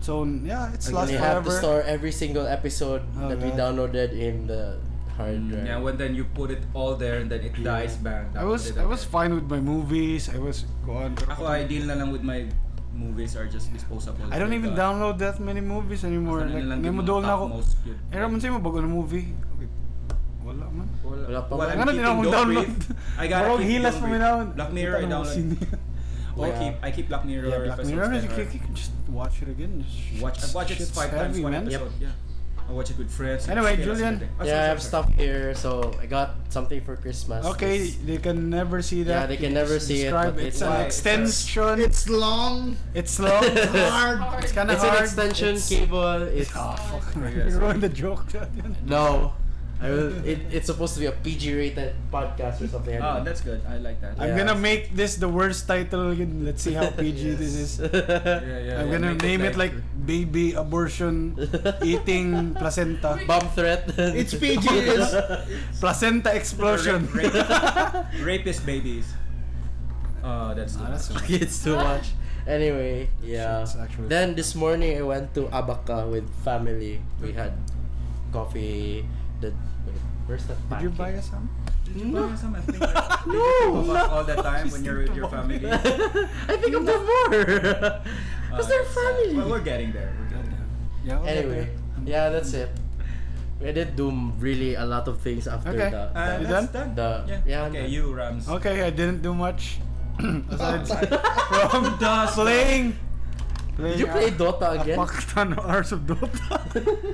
D: So yeah, it's
F: And
D: last
F: you have to
D: forever.
F: store every single episode
D: Oh,
F: that we
D: God.
F: downloaded in the hard drive.
C: Mm, Yeah, when then you put it all there and then it dies bang.
D: I was
C: Downloaded
D: I was
C: again.
D: fine with my movies. I was gone.
C: Ako, I deal na lang with my movies are just disposable.
D: I don't even download that many movies anymore.
C: Ano na
D: Like,
C: lang
D: may
C: yung
D: modol na
C: top
D: ako.
C: most yun.
D: Eh, man sa'yo mo, bago na movie. Okay. Wala man.
F: Wala pa
C: Well,
F: man.
C: I'm
D: Ano, di
C: keeping
D: na akong
C: Don't
D: download.
C: Breathe. I gotta
D: Parang
C: keep
D: hilas
C: Don't
D: pa
C: Breathe.
D: minawon.
C: Black Mirror, I
D: Tanong mo
C: download.
D: sino-
C: Oh, I
F: Yeah.
C: keep I keep Black Mirror.
D: Yeah, Black
C: episodes
D: Mirror,
C: there.
D: you can, you can just watch it again. Just-
C: Watch I watch it
D: shit's
C: five times
D: heavy,
C: one
D: man.
C: episode. Yeah. I watch it with friends.
D: Anyway,
C: It's still a
D: Julian.
C: Saturday. Oh,
F: Yeah, I
C: sorry,
F: have
C: sorry.
F: stuff here, so I got something for Christmas.
D: Okay,
F: It's-
D: they can never see
F: Yeah,
D: that.
F: they can
D: You
F: never
D: just
F: see it,
D: describe
F: but
D: It's
F: it's
D: an
C: like-
D: extension. It's,
B: It's long,
D: long. [laughs]
B: hard.
D: it's kind of
F: It's
D: hard.
F: an extension
D: It's,
F: cable. It's
D: [laughs] oh, fuck.
C: Yes.
D: [laughs] You ruined the joke.
F: no. I will, it, it's supposed to be a PG-rated podcast or something.
C: Oh, that's good. I like that.
D: I'm
F: Yeah.
D: gonna make this the worst title again. Let's see how PG this
F: [laughs]
D: is.
C: Yeah, yeah, yeah,
D: I'm gonna
C: make
D: name it like baby abortion
F: [laughs]
D: eating placenta
F: Bomb threat. [laughs]
B: It's PG. It's,
D: placenta explosion.
C: Rape- rape-
D: [laughs]
C: Rapist babies. Oh, that's
D: Ah,
C: good.
D: that's so-
F: Okay, it's too much. Anyway, yeah.
D: It's actually-
F: Then this morning I went to Abaca with family. We had coffee. The wait, where's that?
D: [laughs] Did you buy
F: packet?
D: us some?
C: Did you buy some? I think
D: [laughs]
C: that- did you think about all the time when you're with your family? Well,
F: [laughs] I think of the
D: [laughs]
F: more. Cause they're family.
C: Uh, we're getting there. We're getting there.
D: Yeah. we'll get
F: anyway,
D: there.
F: yeah, that's it. We did do really a lot of things after
D: Okay.
C: Uh,
F: the, the-
D: You
C: that's
D: done?
C: done?
F: The-
C: yeah.
F: yeah, I'm
C: Okay,
F: done.
C: you Rams.
D: Okay, I didn't do much. [clears throat]
B: Oh
D: Aside
B: [laughs]
C: From the
D: playing.
F: Did you play Dota
D: a
F: again?
D: fuck ton of [laughs] hours of Dota?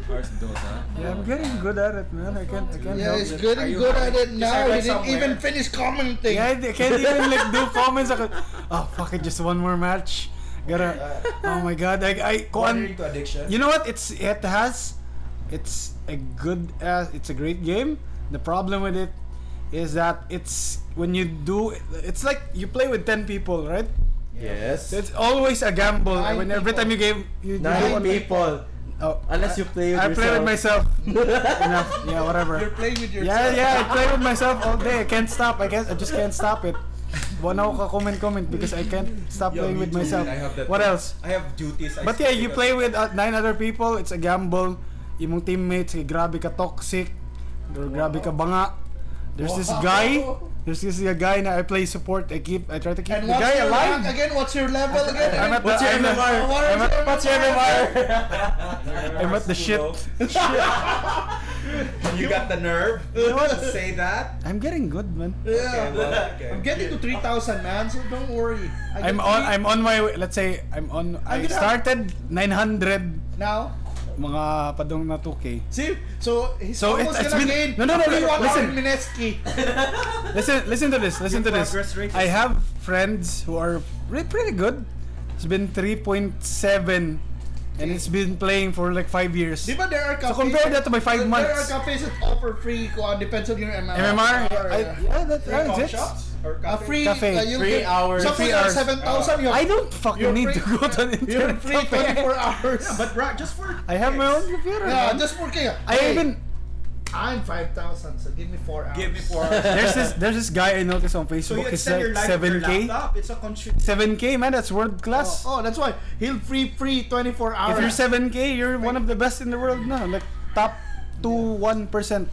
C: First Dota.
D: yeah, I'm getting good at it, man. I can't, I can't
B: yeah,
D: help
B: it's
D: it.
B: good
C: Are
B: and
C: you
B: good
C: happy?
B: at it
C: Just
B: now. We
C: I read
B: didn't
C: somewhere.
B: even finish commenting.
D: Yeah, I d- can't even like
B: [laughs]
D: do comments. Ako, oh fuck it, just one more match. Gotta. Oh my god, I, I
C: Wandering
D: kuan.
C: to addiction.
D: You know what? It's it has, it's a good uh, it's a great game. The problem with it is that it's when you do it's like you play with ten people, right?
F: Yes.
D: So it's always a gamble.
B: Nine
D: when every
B: people.
D: time you game, you do
F: [laughs] Nine
D: one-
F: people.
D: Oh,
F: Unless you play with
D: I play with
F: yourself.
D: myself. Enough. Yeah, whatever.
B: You're playing with your
D: Yeah, yeah, I play with myself all day. I can't stop. I guess I just can't stop it. Wala ako ka comment comment because I can't stop
C: Yeah,
D: playing
C: me
D: with
C: too,
D: myself.
C: man. I have that
D: What
C: too.
D: else?
C: I have duties. I
D: But yeah,
C: still
D: you
C: got-
D: play with uh, nine other people. It's a gamble. imong teammates kay grabe ka toxic or grabe ka banga there's this guy there's this uh, guy na I play support I keep I try to keep
B: And
D: the
B: what's
D: guy
B: your
D: alive
B: rank again? What's your level again?
D: I'm at the,
C: What's your
D: I'm at-
C: MMR?
D: I'm at-
B: What's your
D: I'm at the shit
C: You got the nerve
B: [laughs]
C: to say that?
D: I'm getting good man
B: Yeah.
C: well, okay.
B: I'm getting to 3,000, man, so don't worry. I
D: I'm
B: get
D: on
B: three-
D: I'm on my way let's say I'm on I
B: I'm gonna-
D: started 900
B: Now,
D: mga padong na 2k
B: see? So, he's
D: So,
B: almost
D: it's- it's
B: gonna
D: been-
B: gain
D: no, no, no, no,
B: 31
D: listen.
B: on Mineski.
D: Listen, listen to this. Listen
C: Your
D: to this.
C: progress rate
D: I
C: is-
D: have friends who are re- pretty good. It's been 3.7, and it's been playing for like five years.
B: Di ba there are
D: So
B: cafes?
D: compare that to my five
B: there
D: months.
B: are cafes that offer free, kuan, depends on your MMR.
D: MMR,
B: Or, uh,
D: I, yeah, that, that
B: coffee
D: exists.
B: shops?
C: Or
B: A free,
D: Cafe.
B: uh, you'll
F: Free
B: get-
F: hours.
B: Something
D: Free
B: like
D: hours.
B: 7,000.
D: I don't fucking
B: You're
D: need
B: free-
D: to go to an
B: [laughs] You're
D: internet
B: free
D: cafe.
B: 24 hours.
C: Yeah, but bra, just for
D: I have my own computer.
B: Yeah,
D: man.
B: just working.
D: I
B: Hey,
D: even
B: I'm 5,000, so give me 4 hours.
C: give me four
D: [laughs]
C: hours.
D: there's this there's this guy I noticed on
C: so
D: Facebook.
C: you
D: He's
C: extend your
D: like
C: life with your
D: 7k,
C: laptop. It's a country.
D: 7k man. That's world class.
B: Oh, oh, that's why. He'll free free 24 hours.
D: If you're 7k, you're one of the best in the world now. Like top two one percent.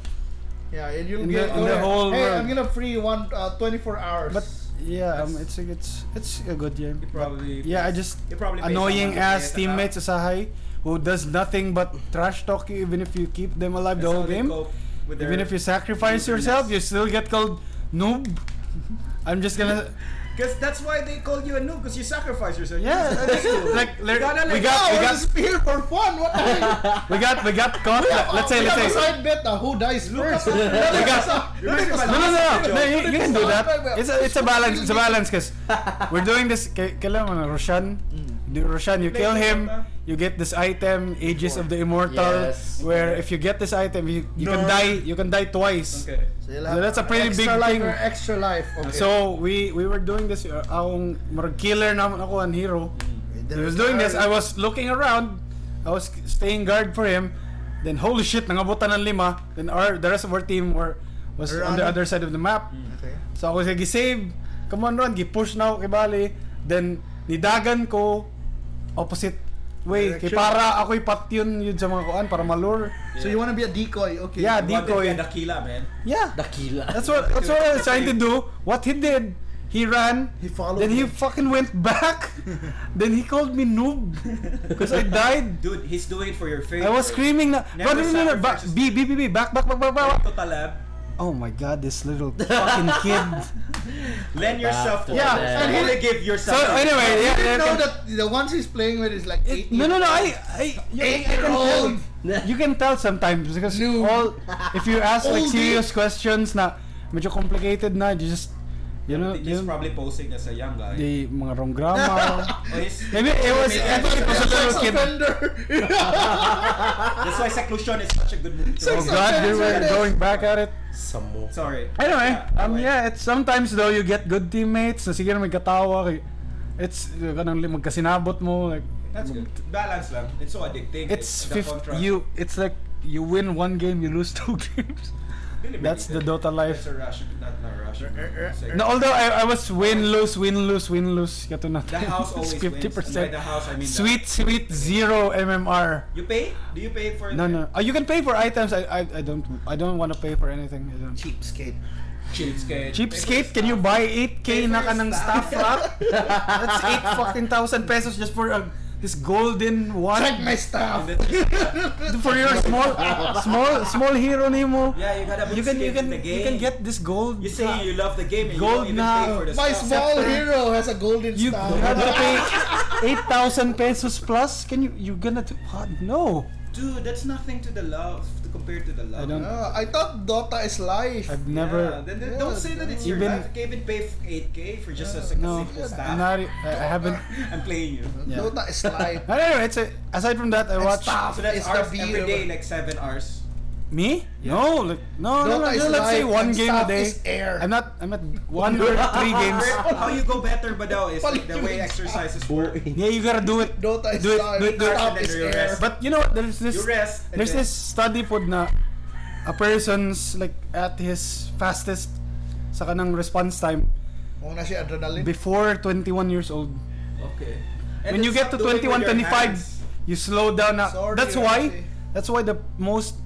B: Yeah, and you'll
D: In
B: get
D: the- in the
B: okay,
D: whole
B: Hey,
D: world.
B: I'm gonna free one uh, 24 hours.
D: But yeah, um, it's a- it's it's a good game.
C: You probably
D: Yeah, I just
C: you probably pay
D: annoying
C: someone to
D: ass
C: play it
D: teammates asahay who does nothing but trash talk you even if you keep them alive
C: That's
D: the
C: how
D: whole
C: they
D: game.
C: cope with
D: Even
C: their-
D: if you sacrifice yourself, you still get called noob. I'm just gonna
C: Because that's why they call you a noob, because you sacrifice yourself. [laughs]
D: yeah like lear- we got
B: oh,
D: we got
B: it's here for fun. What the
D: [laughs]
B: hell?
D: we got we got caught. Let's say
B: we have
D: let's
B: a
D: say
B: side bet. uh, who dies first?
C: up-
B: Look
D: got-
B: up-
C: You're
B: look
C: not even
B: us
D: No,
B: up.
D: no, no, no, no,
C: Joke.
D: you, you can do that. It's a, it's a balance. It's a balance, cause we're doing this. k- Kailan mo na Roshan? Do Roshan, you kill him, you get this item, Aegis of the Immortal,
F: Yes.
D: where if you get this item, you, you can
C: No.
D: die. You can die twice.
C: Okay.
B: So you'll
D: So
B: have
D: that's a pretty
B: extra
D: big
B: life
D: thing.
B: or Extra life. Okay.
D: So we we were doing this. Uh, akong marag killer naman ako ang hero.
B: Mm.
D: He was doing this. I was looking around. I was staying guard for him. Then holy shit, nangabutan ng lima. Then our the rest of our team were was on
B: Running.
D: the other side of the map.
B: Okay.
D: So ako siya gisave. Come on Ron, gipush na ako kay Bali. Then nidagan ko opposite way. Kay
B: Direction.
D: para ako'y patyon yun sa mga kuan para malure.
B: So you wanna be a decoy? Okay.
D: Yeah,
C: What if
D: decoy.
C: you're Dakila, man?
D: Yeah.
F: [laughs] Dakila. [laughs]
D: That's what that's what I was trying to do. What he did, he ran.
B: He followed.
D: Then
B: you.
D: he fucking went
B: [laughs]
D: back. then he called me noob because I died.
C: Dude, he's doing it for your favor.
D: I was screaming na, but
C: Never
D: no, no, no, back,
C: sacrifices-
D: B, B, B, B, back, back, back, back, back.
C: Like Totalab.
D: Oh my god, this little fucking kid.
B: [laughs]
C: Lend yourself to
D: Yeah,
C: others.
D: and
C: and
D: he-
C: only give
D: So
C: yourself.
D: anyway, yeah,
B: You
D: yeah,
B: know
D: can-
B: that the ones he's playing with is like
D: It-
B: 80.
D: no, no, no. I, I, you, I can tell.
B: Eight-year-old.
D: You can tell sometimes because
B: No.
D: all, if you ask like
B: Oldie.
D: serious questions na medyo complicated na, you just, you know,
C: he's
D: you know
C: probably posing as a young guy.
D: the mga wrong grammar.
C: Oh, he's-
D: Maybe it was, I think it was a
B: Sex
D: little kid.
B: offender. [laughs]
C: that's why Seclusion is such a good movie. To
D: Oh
C: watch.
B: Sex-
D: God, you were
B: offender.
D: going back at it.
F: Samo.
C: Sorry.
D: Anyway,
C: Yeah,
D: um,
C: anyway.
D: yeah, it's sometimes though you get good teammates na sige na may katawa kay it's uh, ganun li- magkasinabot mo like
C: That's good. Balance lang. It's so addicting.
D: it's
C: the
D: fifth
C: contrast.
D: you it's like you win one game you lose two [laughs] games
C: Really
D: that's the
C: believe it.
D: Dota life
C: That's a Russian, not not Russian. It's like-
D: No, although I, I was win lose win lose win lose kato na [laughs]
C: The house always wins.
D: fifty
C: And by
D: percent
C: the house, I mean the-
D: sweet sweet zero MMR
C: You pay? Do you pay for
D: no no oh, you can pay for items I I, I don't I don't want to pay for anything I don't.
B: Cheapskate.
C: Cheapskate.
D: Cheapskate,
C: [laughs]
D: can you buy 8k
C: Pay for
D: na ka
C: your
D: ng
C: staff.
D: staff wrap? That's
C: [laughs]
D: 8 fucking thousand pesos just for a, this golden
B: Check
D: one
B: my staff.
D: [laughs] for
C: [laughs]
D: your small small small hero Nemo.
C: Yeah, you gotta
D: You can you
C: participate
D: can
C: in the game.
D: you can get this gold.
C: You say you love the game and
D: Gold
C: you don't even
D: na-
C: pay for the
B: My
C: stuff.
B: small hero has a golden
D: you
B: staff.
D: have
C: [laughs]
D: to pay 8,000 pesos plus. Can you you gonna do, what? no?
C: Dude, that's nothing to the love to compare to the love.
D: I don't-
B: Ah, I thought Dota is life.
D: I've
C: Yeah,
D: never
C: then, then
B: Yeah,
C: don't say that it's your
D: even-
C: life. You can even pay f- 8k for just a, s-
D: no.
C: simple
D: I'm
C: staff.
D: not. I, I haven't.
C: [laughs] I'm playing you.
D: Yeah.
B: Dota is
D: [laughs]
B: life.
D: But anyway, it's a, aside from that, I
B: And
D: watched
B: staff
C: So
B: is
C: that's hours
B: the beer.
C: every day, like seven hours.
D: me. No, like no, no, no,
B: Dota is
D: no, Let's say
B: life.
D: one
B: and
D: game a
B: staff
D: day.
B: Is air.
D: I'm not. I'm at one or
C: [laughs]
D: three games.
C: How you go better, but now is like the way exercises work.
D: Yeah, you gotta do it.
B: Dota is
D: Do it,
B: life.
D: do it, do it.
B: Staff is
C: You
B: air.
C: rest.
D: But you know what? There's this.
C: You rest. and
D: There's
C: then-
D: this study po na a person's like at his fastest sa kanang response time
B: Kung na siya adrenaline.
D: before 21 years old.
C: Okay. And
D: When
C: then
D: you get to
C: stop doing
D: 21,
C: with your
D: 25,
C: hands.
D: you slow down. Na.
B: Sorry,
D: That's why.
B: Rosie.
D: That's why the most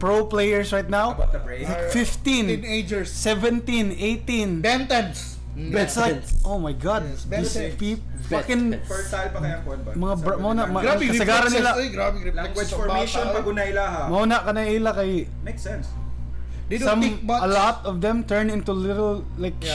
D: pro players right now,
C: About the Braves.
D: like 15,
B: Teenagers. Mm.
D: 17, 18.
B: Bentons.
D: It's like, oh my God,
B: Yes,
D: these
B: Bentons.
D: peop- fucking
C: Fertile pa kaya ang kuwan ba?
D: Mga bra- mo na- ma-
B: Grabe
D: Ang
B: reflexes.
D: kasagaran nila.
B: Uy, grabe reflexes
C: Language
B: sa
C: formation
B: bata,
C: pag
B: oh.
C: unay laha.
D: mauna ka na ila kay
C: Makes sense.
B: They don't
D: some,
B: think much.
D: a lot of them turn into little like
B: Yeah.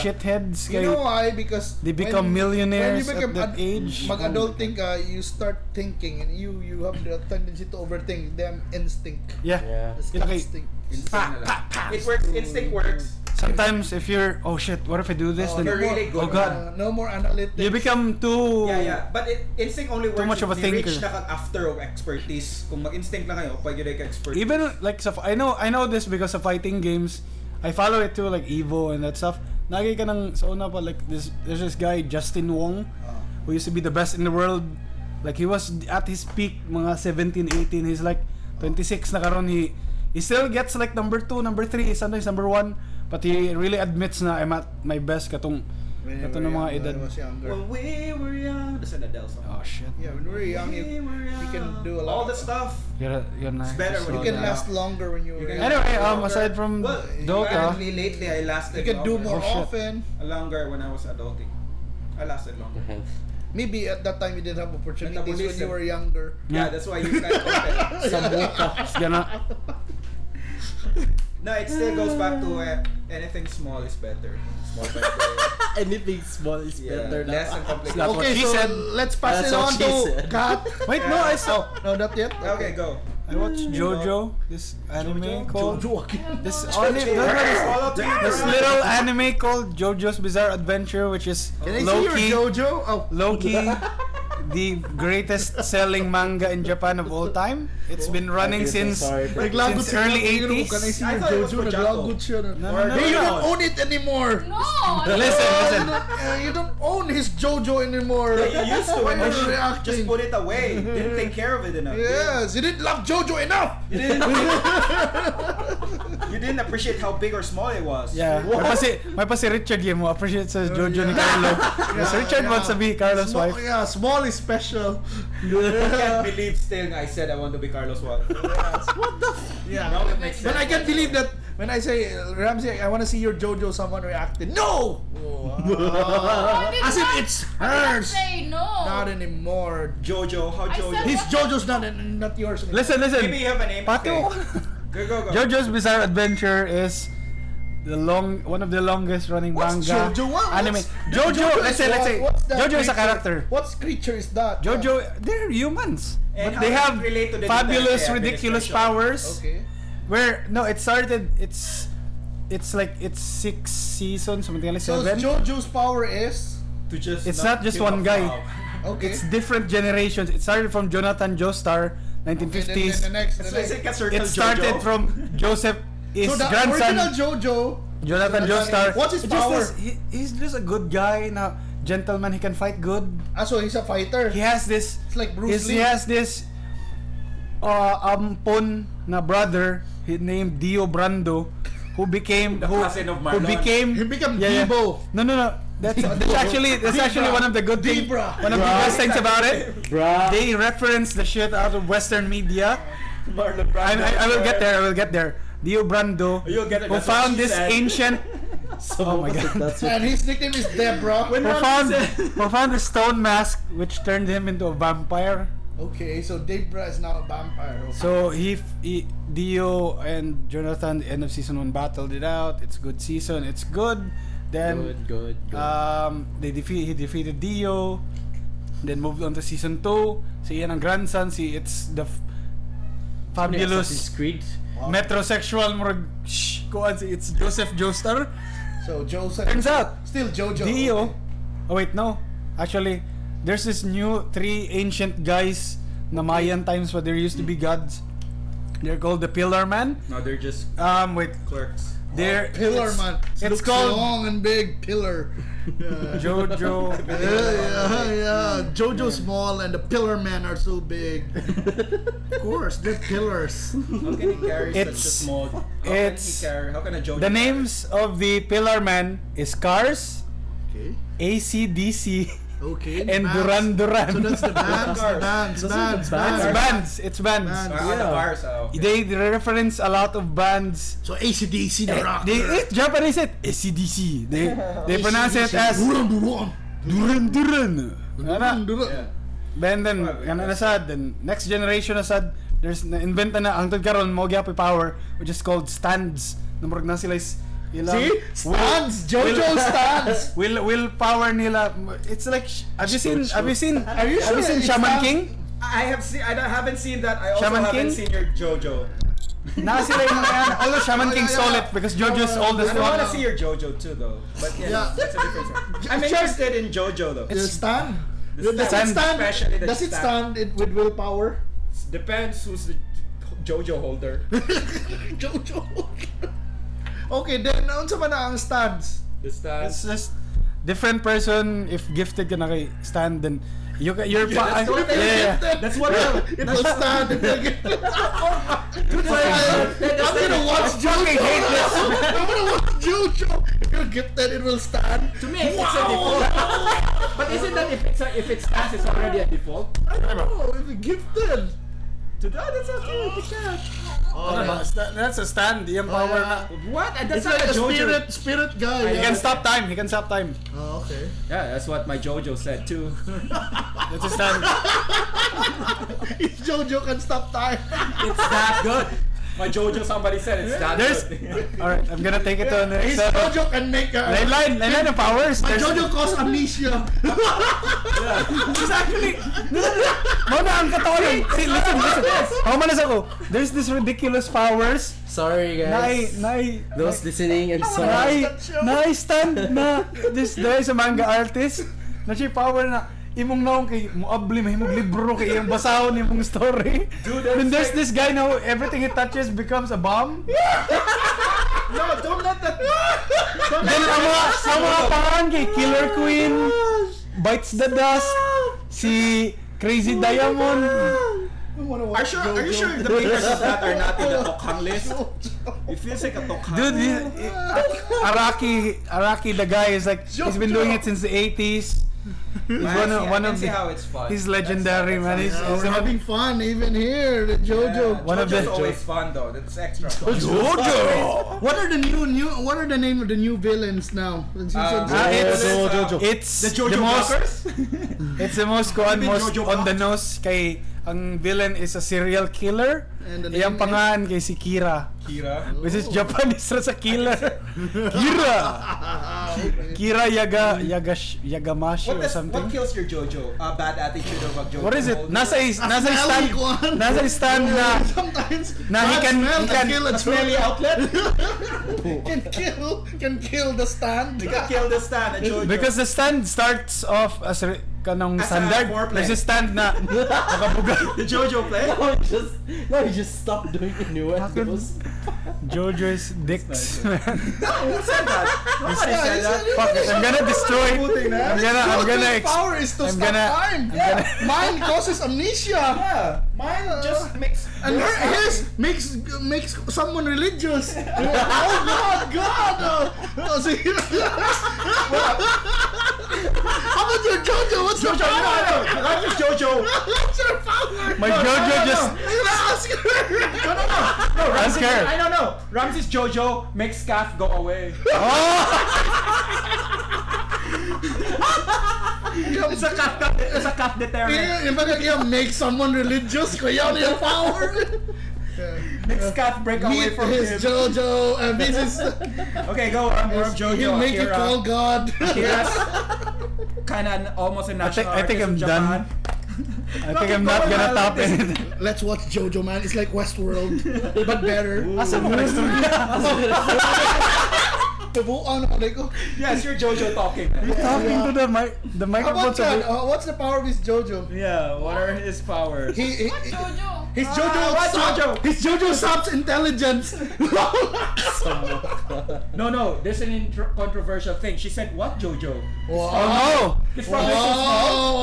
B: You
D: shitheads kay
B: know why? Because
D: They become millionaires
B: when
D: at that
B: ad-
D: age.
B: Mag-adulting ka, you start thinking and you you have the tendency to overthink them instinct.
F: [laughs]
D: Yeah.
F: Yeah.
B: It's
D: Yun, okay.
B: instinct.
C: Instinct na lang. It works. Instinct works.
D: Sometimes if you're oh shit, what if I do this?
B: Oh,
D: then
C: You're really
D: oh
C: good.
B: Uh,
D: god,
B: no more analytics.
D: you become too
C: Yeah, yeah. But it, instinct only works
D: Too much
C: if
D: of a
C: you reach
D: thinker.
C: na kang after of expertise. Kung mag-instinct lang kayo, pag yun ka expertise.
D: even like sa I know I know this because of fighting games. I follow it too like Evo and that stuff. Nagi ka ng sa una pa like this there's this guy Justin Wong who used to be the best in the world. Like he was at his peak mga 17, 18. He's like 26 na karon he he still gets like number 2, number 3, sometimes number 1, but he really admits na I'm at my best katong
B: When we
D: katong ng
B: were
D: mga
B: young,
D: edad.
B: when I was younger.
C: When we were young. That's an Adele song.
D: Oh shit.
B: yeah, when we were young, you,
C: We were
B: you can
C: young.
B: do a
C: All
B: lot.
C: the stuff.
D: You're you're nice.
C: better when
B: you
C: Oh,
B: can
C: yeah.
B: last longer when you were
C: can-
B: young.
D: Anyway, um, aside from
C: Well,
D: Dota-
C: apparently lately I lasted
B: You can do more
C: longer.
D: Oh,
C: Uh,
D: shit.
B: often.
C: Longer when I was adulting. I lasted longer.
B: Maybe at that time you didn't have opportunities when you
C: Metabolism.
B: were younger.
C: Yeah, that's why
D: [laughs]
C: you guys open.
D: gonna
C: No, it still goes back to uh, anything small is better. Small better.
F: [laughs] Anything small is
C: yeah,
F: better
C: less
F: [laughs] now.
C: and complicated.
D: That's what
B: okay,
D: she
B: so
D: said.
B: let's pass
F: That's
B: it
F: what
B: on
F: she
B: to
F: said.
D: [laughs]
B: Kat.
D: [laughs] Wait, no, I saw.
B: No, not yet. Uh,
C: Okay, go. Mm.
D: I watched JoJo, this anime called This only no, no, this-
C: Follow Twitter.
D: this little anime called JoJo's Bizarre Adventure, which is
B: Can I see your
D: Loki.
B: JoJo? Oh, [laughs]
D: Loki, the greatest selling manga in Japan of all time. It's been running
F: feel so
D: since
F: sorry [laughs] for-
B: naglagot
D: since early
B: Can I
D: 80s.
B: see
C: I
B: your
C: thought it was
B: JoJo?
C: for Jaco.
B: Naglagot siya. na-
D: No, no, no,
B: Hey, you
D: no.
B: don't own it anymore.
G: No! ano-
D: Listen,
B: Oh,
D: listen.
B: you don't- uh, you don't own his JoJo anymore.
C: Yeah, you used to
B: Why
C: when
B: are
C: you
B: you
C: just
B: reacting?
C: put it away. Didn't take care of it enough.
B: Yes, you didn't love JoJo enough.
C: You didn't, you didn't appreciate how big or small it was.
D: Yeah, may pa si, may pa si Richard yun mo. Appreciate sa JoJo ni
B: [laughs]
D: Carlo. Yes, Richard wants to be Carlo's
B: Small-
D: wife.
B: Yeah, small is
D: [laughs]
B: special.
C: I can't believe still I said I want to be Carlos
D: [laughs]
C: Watt.
B: Yeah.
C: Now it makes sense.
B: But I can't believe that when I say uh, Ramsey, I want to see your JoJo, someone reacted.
D: [laughs]
B: No.
G: I did
B: As if
G: not-
B: it's
G: I
B: hers.
G: say no!
B: Not anymore.
C: Jojo, how
G: I
C: Jojo?
G: said-
B: His JoJo's not not yours. anymore.
D: Listen, listen.
C: Maybe you have a name.
D: Pato.
C: Okay. Go, go, go.
D: JoJo's Bizarre Adventure is the long one of the longest running
B: What's
D: manga
B: JoJo? What-
D: anime.
B: what's-
D: JoJo,
B: is
D: let's say let's
B: what?
D: say
B: What's that
D: JoJo is a
B: creature?
D: character.
B: What creature is that?
D: JoJo, they're humans,
C: And
D: but
C: how
D: they
C: does it
D: have
C: relate to the
D: fabulous,
C: Duterte
D: ridiculous
C: administration?
D: powers.
B: Okay.
D: Where no, it started. It's it's like it's six seasons, something like
B: So
D: seven.
B: JoJo's power is
C: To just
D: It's not just
C: give up
D: one guy.
C: now.
B: okay.
D: It's different generations. It started from Jonathan Joestar,
B: Okay, then- then
D: 1950s.
B: the next, the
C: So
B: next.
C: is it a circle
D: it started
C: Jojo?
D: from Joseph. His
B: So the
D: grandson
B: original JoJo. Jonathan
D: Jonathan Joestar.
B: is- what's his
D: It's just
B: power?
D: this- he- he's just a good guy, na gentleman. He can fight good.
B: Ah, so he's a fighter.
D: He has this.
B: It's like Bruce
D: his-
B: Lee.
D: he has this. Uh, ampon na brother he named Dio Brando, who became
C: The
D: who,
C: cousin of
D: who
C: Marlon.
D: became
B: He become Debo.
D: No, no, no. That's, that's actually that's actually one of the good thing,
B: Debra.
D: one of the best things about it.
F: Bruh.
D: They reference the shit out of Western media.
C: Marlon Brando.
D: I, I, I will get there. I will get there. Dio Brando,
C: You'll get it.
D: who
C: That's what
D: found
C: she
D: this
C: said.
D: ancient Oh my
F: [laughs]
D: god.
F: That's what
B: And his nickname is Debra.
C: When Ramsey
D: profound,
C: said-
D: profound the stone mask, which turned him into a vampire.
B: Okay, so Debra is now a vampire. Okay.
D: So he, f- he Dio and Jonathan, the end of season one, battled it out. It's good season. It's good. Then
F: good, good, good.
D: um, they defeat he defeated Dio. Then moved on to season two. Si yan ang grandson. Si it's the f-
F: Assassin's
D: fabulous
F: Creed.
D: metrosexual murag shh, kuwan si it's Joseph Joestar.
B: So Joseph.
D: Turns out
B: Still JoJo.
D: Dio. Oh wait, no. Actually, there's this new three ancient guys na Mayan times where there used to be gods. They're called the Pillar Man.
C: No, they're just
D: Um wait,
C: clerks.
D: they're
B: Oh, Pillar
D: it's-
B: man.
D: It's,
B: Looks
D: called
B: long and big
D: [laughs]
B: pillar. Yeah. [laughs]
D: Jojo. Uh,
B: Yeah, yeah, yeah. Jojo small and the pillar man are so
D: [laughs]
B: big. of course, they're pillars.
C: How can he carry such a
D: It's-
C: small? How
D: it's-
C: can he carry? How can a Jojo?
D: the names of the Pillar Man is Cars,
B: Okay.
D: ACDC,
B: Okay.
D: and
B: bands.
D: Duran Duran.
B: So that's the
D: [laughs]
B: bands, the bands,
F: Those are
B: bands,
F: the
B: bands.
D: it's bands. It's bands.
B: Bands.
C: Ah, the
F: Yeah.
C: bars, ah, okay.
D: They reference a lot of bands.
B: So ACDC, the
D: Eh,
B: rock.
D: They, it's Japanese it ACDC. They
B: [laughs]
D: they pronounce it as
B: Duran Duran.
D: Duran Duran.
B: Duran
D: Ana,
B: Duran.
C: Yeah.
D: then then kana na sad then next generation na sad there's na invent na hangtod karon mo gyapon power which is called stands. Na murag na sila is ilang
B: See? Stands! Jojo stands!
D: [laughs] Will will power nila. It's like sh- have you seen have you seen have you, seen Shaman King?
C: I have seen. I don't- haven't seen that. I also
D: Shaman
C: haven't
D: King?
C: seen your JoJo.
D: Na sila yung yan. Although Shaman
B: Yeah,
D: King's
B: yeah,
D: solid
B: yeah.
D: because JoJo's all the
C: I want to
D: one.
C: see your JoJo too, though. But yeah,
B: Yeah.
C: that's a different
D: [laughs]
C: story. I'm interested in JoJo though.
B: The stand?
C: The
B: Does it
C: stand, especially
B: stand?
C: the
B: Does it
C: stand.
B: stand it with willpower? [laughs]
C: Depends who's the JoJo holder.
B: Jojo. Okay, then unsa man na ang stands?
C: [laughs] The stand.
D: It's just different person if gifted ka na kay stand then you ca- you're pa
C: that's what I
D: [laughs] yeah, yeah.
C: That's what. I-
B: [laughs] It will stand. It will get. [laughs] I'm gonna watch Jojo. I'm gonna watch Jojo. If you're gifted, it will stand.
H: To me, it's a default.
C: [laughs]
H: but isn't that if it's a, if it stands, it's already a default?
B: I don't know. If you're gifted.
H: To that, that's okay. Take that.
B: Oh,
D: That's- that's a stand yung power na
H: What? That's
B: It's
H: not
B: like
H: a
B: a
H: JoJo.
B: spirit, spirit guy.
D: he
B: yeah.
D: can stop time he can stop time
B: Oh, okay.
C: yeah, that's what my JoJo said too.
D: that's a
C: [laughs]
D: stand
B: If Jojo can stop
C: [laughs]
B: time.
C: It's that
F: [laughs]
C: good. My JoJo, somebody said it's that
D: there's
C: good.
D: [laughs] alright I'm gonna take it to the
B: His
D: next level
B: Jojo can make a.
D: line line line line of powers
B: My
D: there's
B: Jojo caused amnesia.
D: mo na ang
B: [laughs]
D: katawin See, listen listen Oh, pamanas ako there's this ridiculous powers
F: Sorry, guys.
D: na ay na ay
F: Those listening, I'm sorry.
D: Nai, nai stand na this there is a manga artist na siya power na imong naong kay muabli may imong libro kay iyang basahon imong story.
C: Dude, that's
D: Then there's
C: like-
D: this guy na who everything he touches becomes a bomb.
C: no, don't let
B: [laughs]
C: that.
D: Then ang mga ang mga pangalan kay Killer Queen, Bites the Dust, si
C: Oh
D: Crazy Diamond.
C: Are, sure, are you sure the papers of that are not [laughs] in the Tokhang list? It feels like a Tokhang.
D: Dude, he- he- Araki, Araki the guy is like he's been doing it since the 80s. He's
C: I
D: one
C: see-
D: of,
C: I
D: one
C: can
D: of
C: see
D: the
C: how it's fun.
D: He's
C: That's-
D: legendary,
C: that's
D: man.
C: how-
D: He's,
B: Yeah,
D: he's
B: we're
D: the
B: having
D: one.
B: fun even here. The Jojo.
C: one
D: One
C: of the
D: of the-
C: always fun though. That's extra. Fun.
D: Jojo.
B: What are the new new? What are the name of the new villains now? In season
C: Um,
B: six?
D: Ah, it's,
C: Jojo, Jojo.
D: it's
C: The Jojo
D: most, [laughs]
C: blockers?
D: It's the most kuan
C: Even
D: most
C: Jojo
D: on the
C: Blockers.
D: nose kay ang villain is a serial killer.
B: And the
D: Iyang
B: name
D: pangalan kay si Kira.
C: Kira.
D: Which is Japanese [laughs] ra sa killer. Kira.
B: Ah, okay.
D: Kira Yaga Yagash Yagamashi
C: What,
D: or
C: does,
D: something.
C: what kills your Jojo? A bad attitude of a Jojo.
D: What is it?
C: holder?
D: Nasa is nasa
B: Smelly
D: stand.
B: one.
D: Nasa stand
C: [laughs]
D: na
B: Sometimes
D: na he
B: bad
D: can
B: smell
D: he can [laughs]
B: kill a
C: smelly
B: Jojo.
C: outlet?
B: can kill can kill the stand.
C: You can kill the stand, a Jojo.
D: Because the stand starts off as a kanong
C: As a
D: standard.
C: foreplay.
D: There's a stand na nakabuga.
C: the Jojo play.
F: No, he [laughs] just no, he just stopped doing innuendos.
D: Jojo's dicks.
C: Who said that? Nobody
B: Ah, Yeah, it's
C: said that.
B: really-
D: [laughs] Fuck it, I'm gonna destroy.
C: Puting na.
D: I'm gonna, I'm
B: Jojo's
D: gonna, ex-
B: power is to
D: I'm
B: stop
D: gonna-
B: time. Yeah. Mine causes amnesia. uh,
C: Yeah, mine just makes.
B: And her, his makes makes someone
C: [laughs]
B: religious. oh God, God! Oh, oh, see, [laughs] How about your Jojo? What's your
C: No,
B: power?
C: no, no, not just Jojo.
B: What's your power?
D: my Jojo just,
B: [laughs] I'm gonna ask her.
C: No, no, no. No, Ramses.
D: scared.
C: I don't know. Ramses Jojo makes scarf go
D: [laughs]
C: away. it's a calf, calf- it's a calf deterrent.
B: If I could yeah, make someone religious, kaya niya yung power.
C: Makes calf break away
B: Meet
C: from
B: his
C: him.
B: Jojo, and this is
C: Okay, go. I'm from Jojo. uh,
B: he'll make you
C: Akira.
B: call God. [laughs]
C: [laughs] Akira's kind of almost a
D: I think,
C: national.
D: I think
C: artist
D: I'm
C: in Japan.
D: done. I think I'm not gonna top [laughs] it.
B: Let's watch Jojo, man. It's like Westworld, but better.
D: Asa mo na
B: Tubuan ako, like, oh,
C: Yes, you're Jojo
D: [laughs]
C: talking. man.
D: Talking to the mic, the
B: How
D: microphone.
B: about that? Uh, what's the power of his Jojo?
C: Yeah. What are his powers? Ah,
B: He, he,
G: What Jojo?
B: his Jojo
C: what
B: sub-
C: Jojo?
B: His Jojo subs intelligence. [laughs]
C: No, no. There's an intro- controversial thing. She said, "What Jojo?"
B: wow.
D: Oh,
C: It's
B: Wow,
C: probably so small.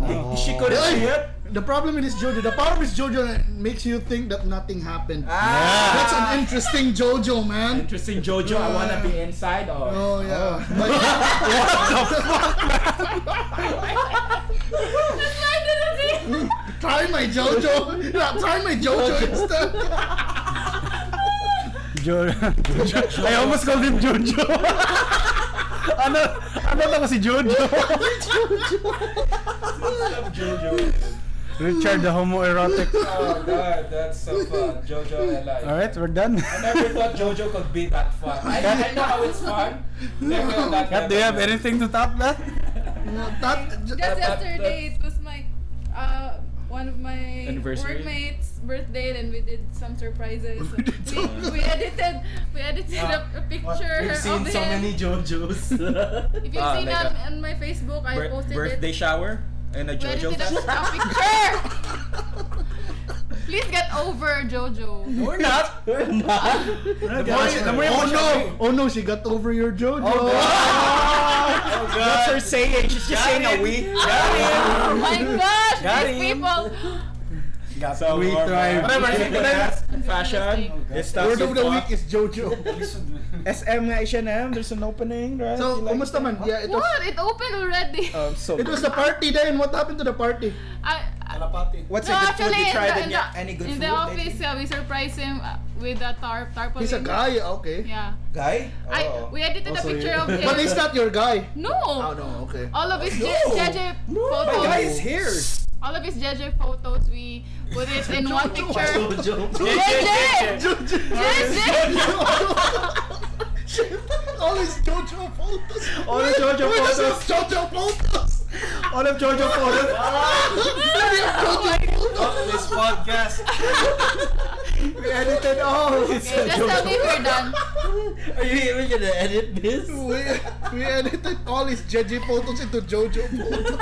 B: wow.
C: She couldn't see it.
B: The problem with this JoJo, the power of this JoJo makes you think that nothing happened.
I: Ah.
B: That's an interesting JoJo, man.
H: Interesting, Jojo. I wanna
D: [laughs]
H: be inside.
B: [laughs]
H: Or
B: Oh yeah. But- [laughs]
G: That's why I didn't see.
B: try my JoJo. [laughs] Yeah, try my JoJo instead. [laughs]
D: Jo- Jojo. I almost called him Jojo. [laughs] ano? Ano ako si Jojo? Richard the homoerotic.
I: Oh god, that's so fun. Jojo and I.
D: Alright, we're done.
I: I never thought Jojo could be that fun. I, I know how
D: [laughs]
I: it's fun. Never on that
D: Kat, [laughs] do you have
I: level.
D: anything to top that?
B: No, that- j-
G: Just
I: that-
G: yesterday, it was my uh, one of my
H: Anniversary?
G: workmates' birthday, and we did some surprises.
B: [laughs] We did
G: we,
B: some-
G: we edited, we edited
C: Ah.
G: up a, picture
A: We've seen
G: of
A: so
G: him.
A: many
F: [laughs]
A: JoJo's.
G: If you've
C: Ah,
G: seen
C: like
G: on, on my Facebook, I
C: Bir-
G: posted
C: birthday
G: it.
C: shower and a
G: We
C: JoJo
G: edited
C: fest.
G: up a
C: [laughs]
G: picture. Please get over Jojo.
C: We're not. We're not.
B: oh no! Oh no! She got over your
D: Oh,
B: JoJo. [laughs]
C: What's her saying? She's just saying a we.
G: Oh my gosh,
C: Got
G: these
C: him.
G: people.
C: So um, we thrive. Whatever. Fashion.
G: Interesting.
C: It's
B: Word of the
C: fuck.
B: week is [laughs] JoJo.
C: SM nga H&M, there's an opening, right?
B: So,
C: You like
B: kumusta
C: that?
B: man? Yeah, it was,
G: What? It opened already.
C: Um, so
B: it was the party day, and what happened to the party?
G: I,
C: what's
G: no,
C: a good food
G: actually,
C: you
G: in
C: tried
G: the, in
C: and
G: the,
C: yeah, any good
G: in
C: food?
G: the
C: that
G: office,
C: you-
G: uh, we surprised him uh, with a tar- tarpaulin.
B: He's a guy, okay.
G: Yeah.
C: Guy?
I: Oh.
C: Oh.
G: I we edited a
B: Also
G: picture
B: you.
G: of him.
B: But he's not your guy.
G: No.
B: Oh no, okay.
G: All of his
C: No.
G: JJ
C: My
G: photos.
C: guy is here.
G: All of his JJ photos, we put
C: [laughs]
G: it in one picture.
A: JoJo.
G: JJ! JJ!
B: [laughs] All his JoJo photos.
C: All the JoJo
B: Wait, that's
C: photos.
B: not JoJo photos.
C: All of JoJo photos.
I: This podcast.
C: We edited all. It's
G: Okay, just tell me if you're done.
F: Are you even gonna edit this?
B: We, we edited all his JJ photos into JoJo photos.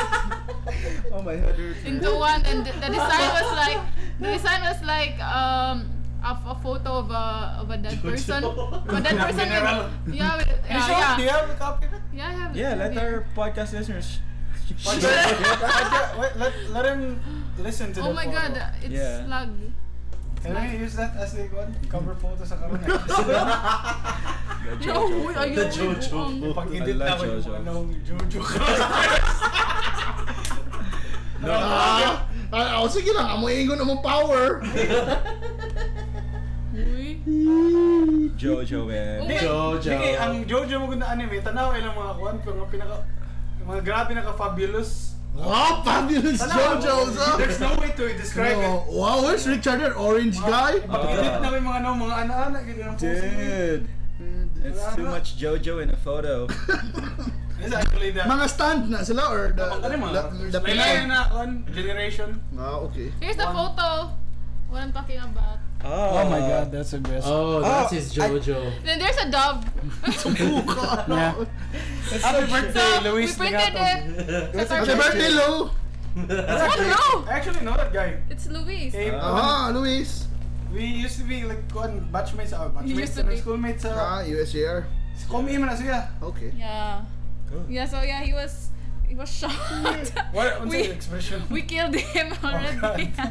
C: Oh my god. dude.
G: Into one, and the the design
C: [laughs]
G: was like the design was like um a, a photo of a of a dead person. But that person with, yeah, with, yeah, yeah,
I: Do you have a copy of it?
G: yeah, I have it
C: Yeah, let our
G: here.
C: podcast listeners.
I: let, let, let him listen to
G: Oh
I: the
G: my
I: photo.
G: god, it's
C: Yeah.
G: lag.
I: Can we use that as the one cover photo sa
C: [laughs]
I: karoon?
G: [laughs] No, are you
A: JoJo.
I: Pag-edit
C: Ala,
I: na ko
C: Jojo.
I: yung anong Jojo ka.
B: Ah, ah, oh, sige lang. Amoy ingon mo power.
G: Uy. [laughs] Oh
C: JoJo, man.
G: Okay.
A: JoJo.
I: Sige, ang Jojo mo na anime, tanaw ilang mga kuwan, pero mga pinaka... Mga grabe na ka-fabulous.
B: Wow, fabulous
I: Tanaw,
B: JoJo's. ah.
I: There's no way to describe it.
B: Oh, wow, where's Richard? That orange guy?
I: Pag-edit na may mga ano, mga anak-anak, ganyan ang pose.
C: Dude. It's too much JoJo in a photo.
I: Yes, actually, the...
B: Mga stand na sila or the
I: Ano yung mga...
B: the- the
I: May layo na kuwan, generation.
B: Ah, okay.
G: Here's the
I: One.
G: photo. What I'm talking about.
C: Oh,
D: that's the best.
F: Oh, that's his
C: I-
F: JoJo.
G: Then there's a dove.
D: Yeah. Happy birthday,
G: so we
D: Luis
G: printed
D: Legato.
G: it. That's our
B: Happy birthday, Lou!
G: What? No!
I: I actually know that guy.
G: It's Luis.
I: Hey,
B: Ah, Luis!
I: We used to be like kuan batchmates or
G: used
I: batchmates
G: to
I: or
G: be.
I: schoolmates sa
B: Ah, USJR.
I: Komi man na siya.
B: Okay.
G: Yeah. Yeah, so yeah, he was he was shocked.
I: [laughs] What
G: [laughs]
I: what's
G: we,
I: the expression?
G: we killed him already.
C: [laughs]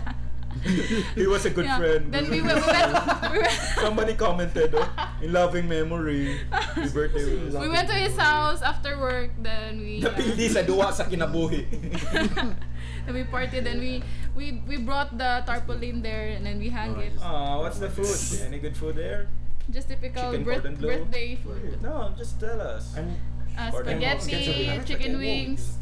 G: [laughs]
C: He was a good
G: yeah. Then we went, we went, [laughs] we went,
C: Somebody commented, oh, in loving
G: [laughs]
C: memory, his birthday was...
G: we went to his house after work. Then we uh,
C: Napili sa duwa sa kinabuhi.
G: then we partied. Then we we we brought the tarpaulin there and then we hung it.
C: Aw, Uh, what's the food? Any good food there?
G: Just typical
C: Chicken
G: birth,
C: cordon bleu.
G: birthday food.
C: No, just tell us.
G: Uh,
C: Cordon bleu.
G: spaghetti,
C: Spaghetti.
G: chicken wings.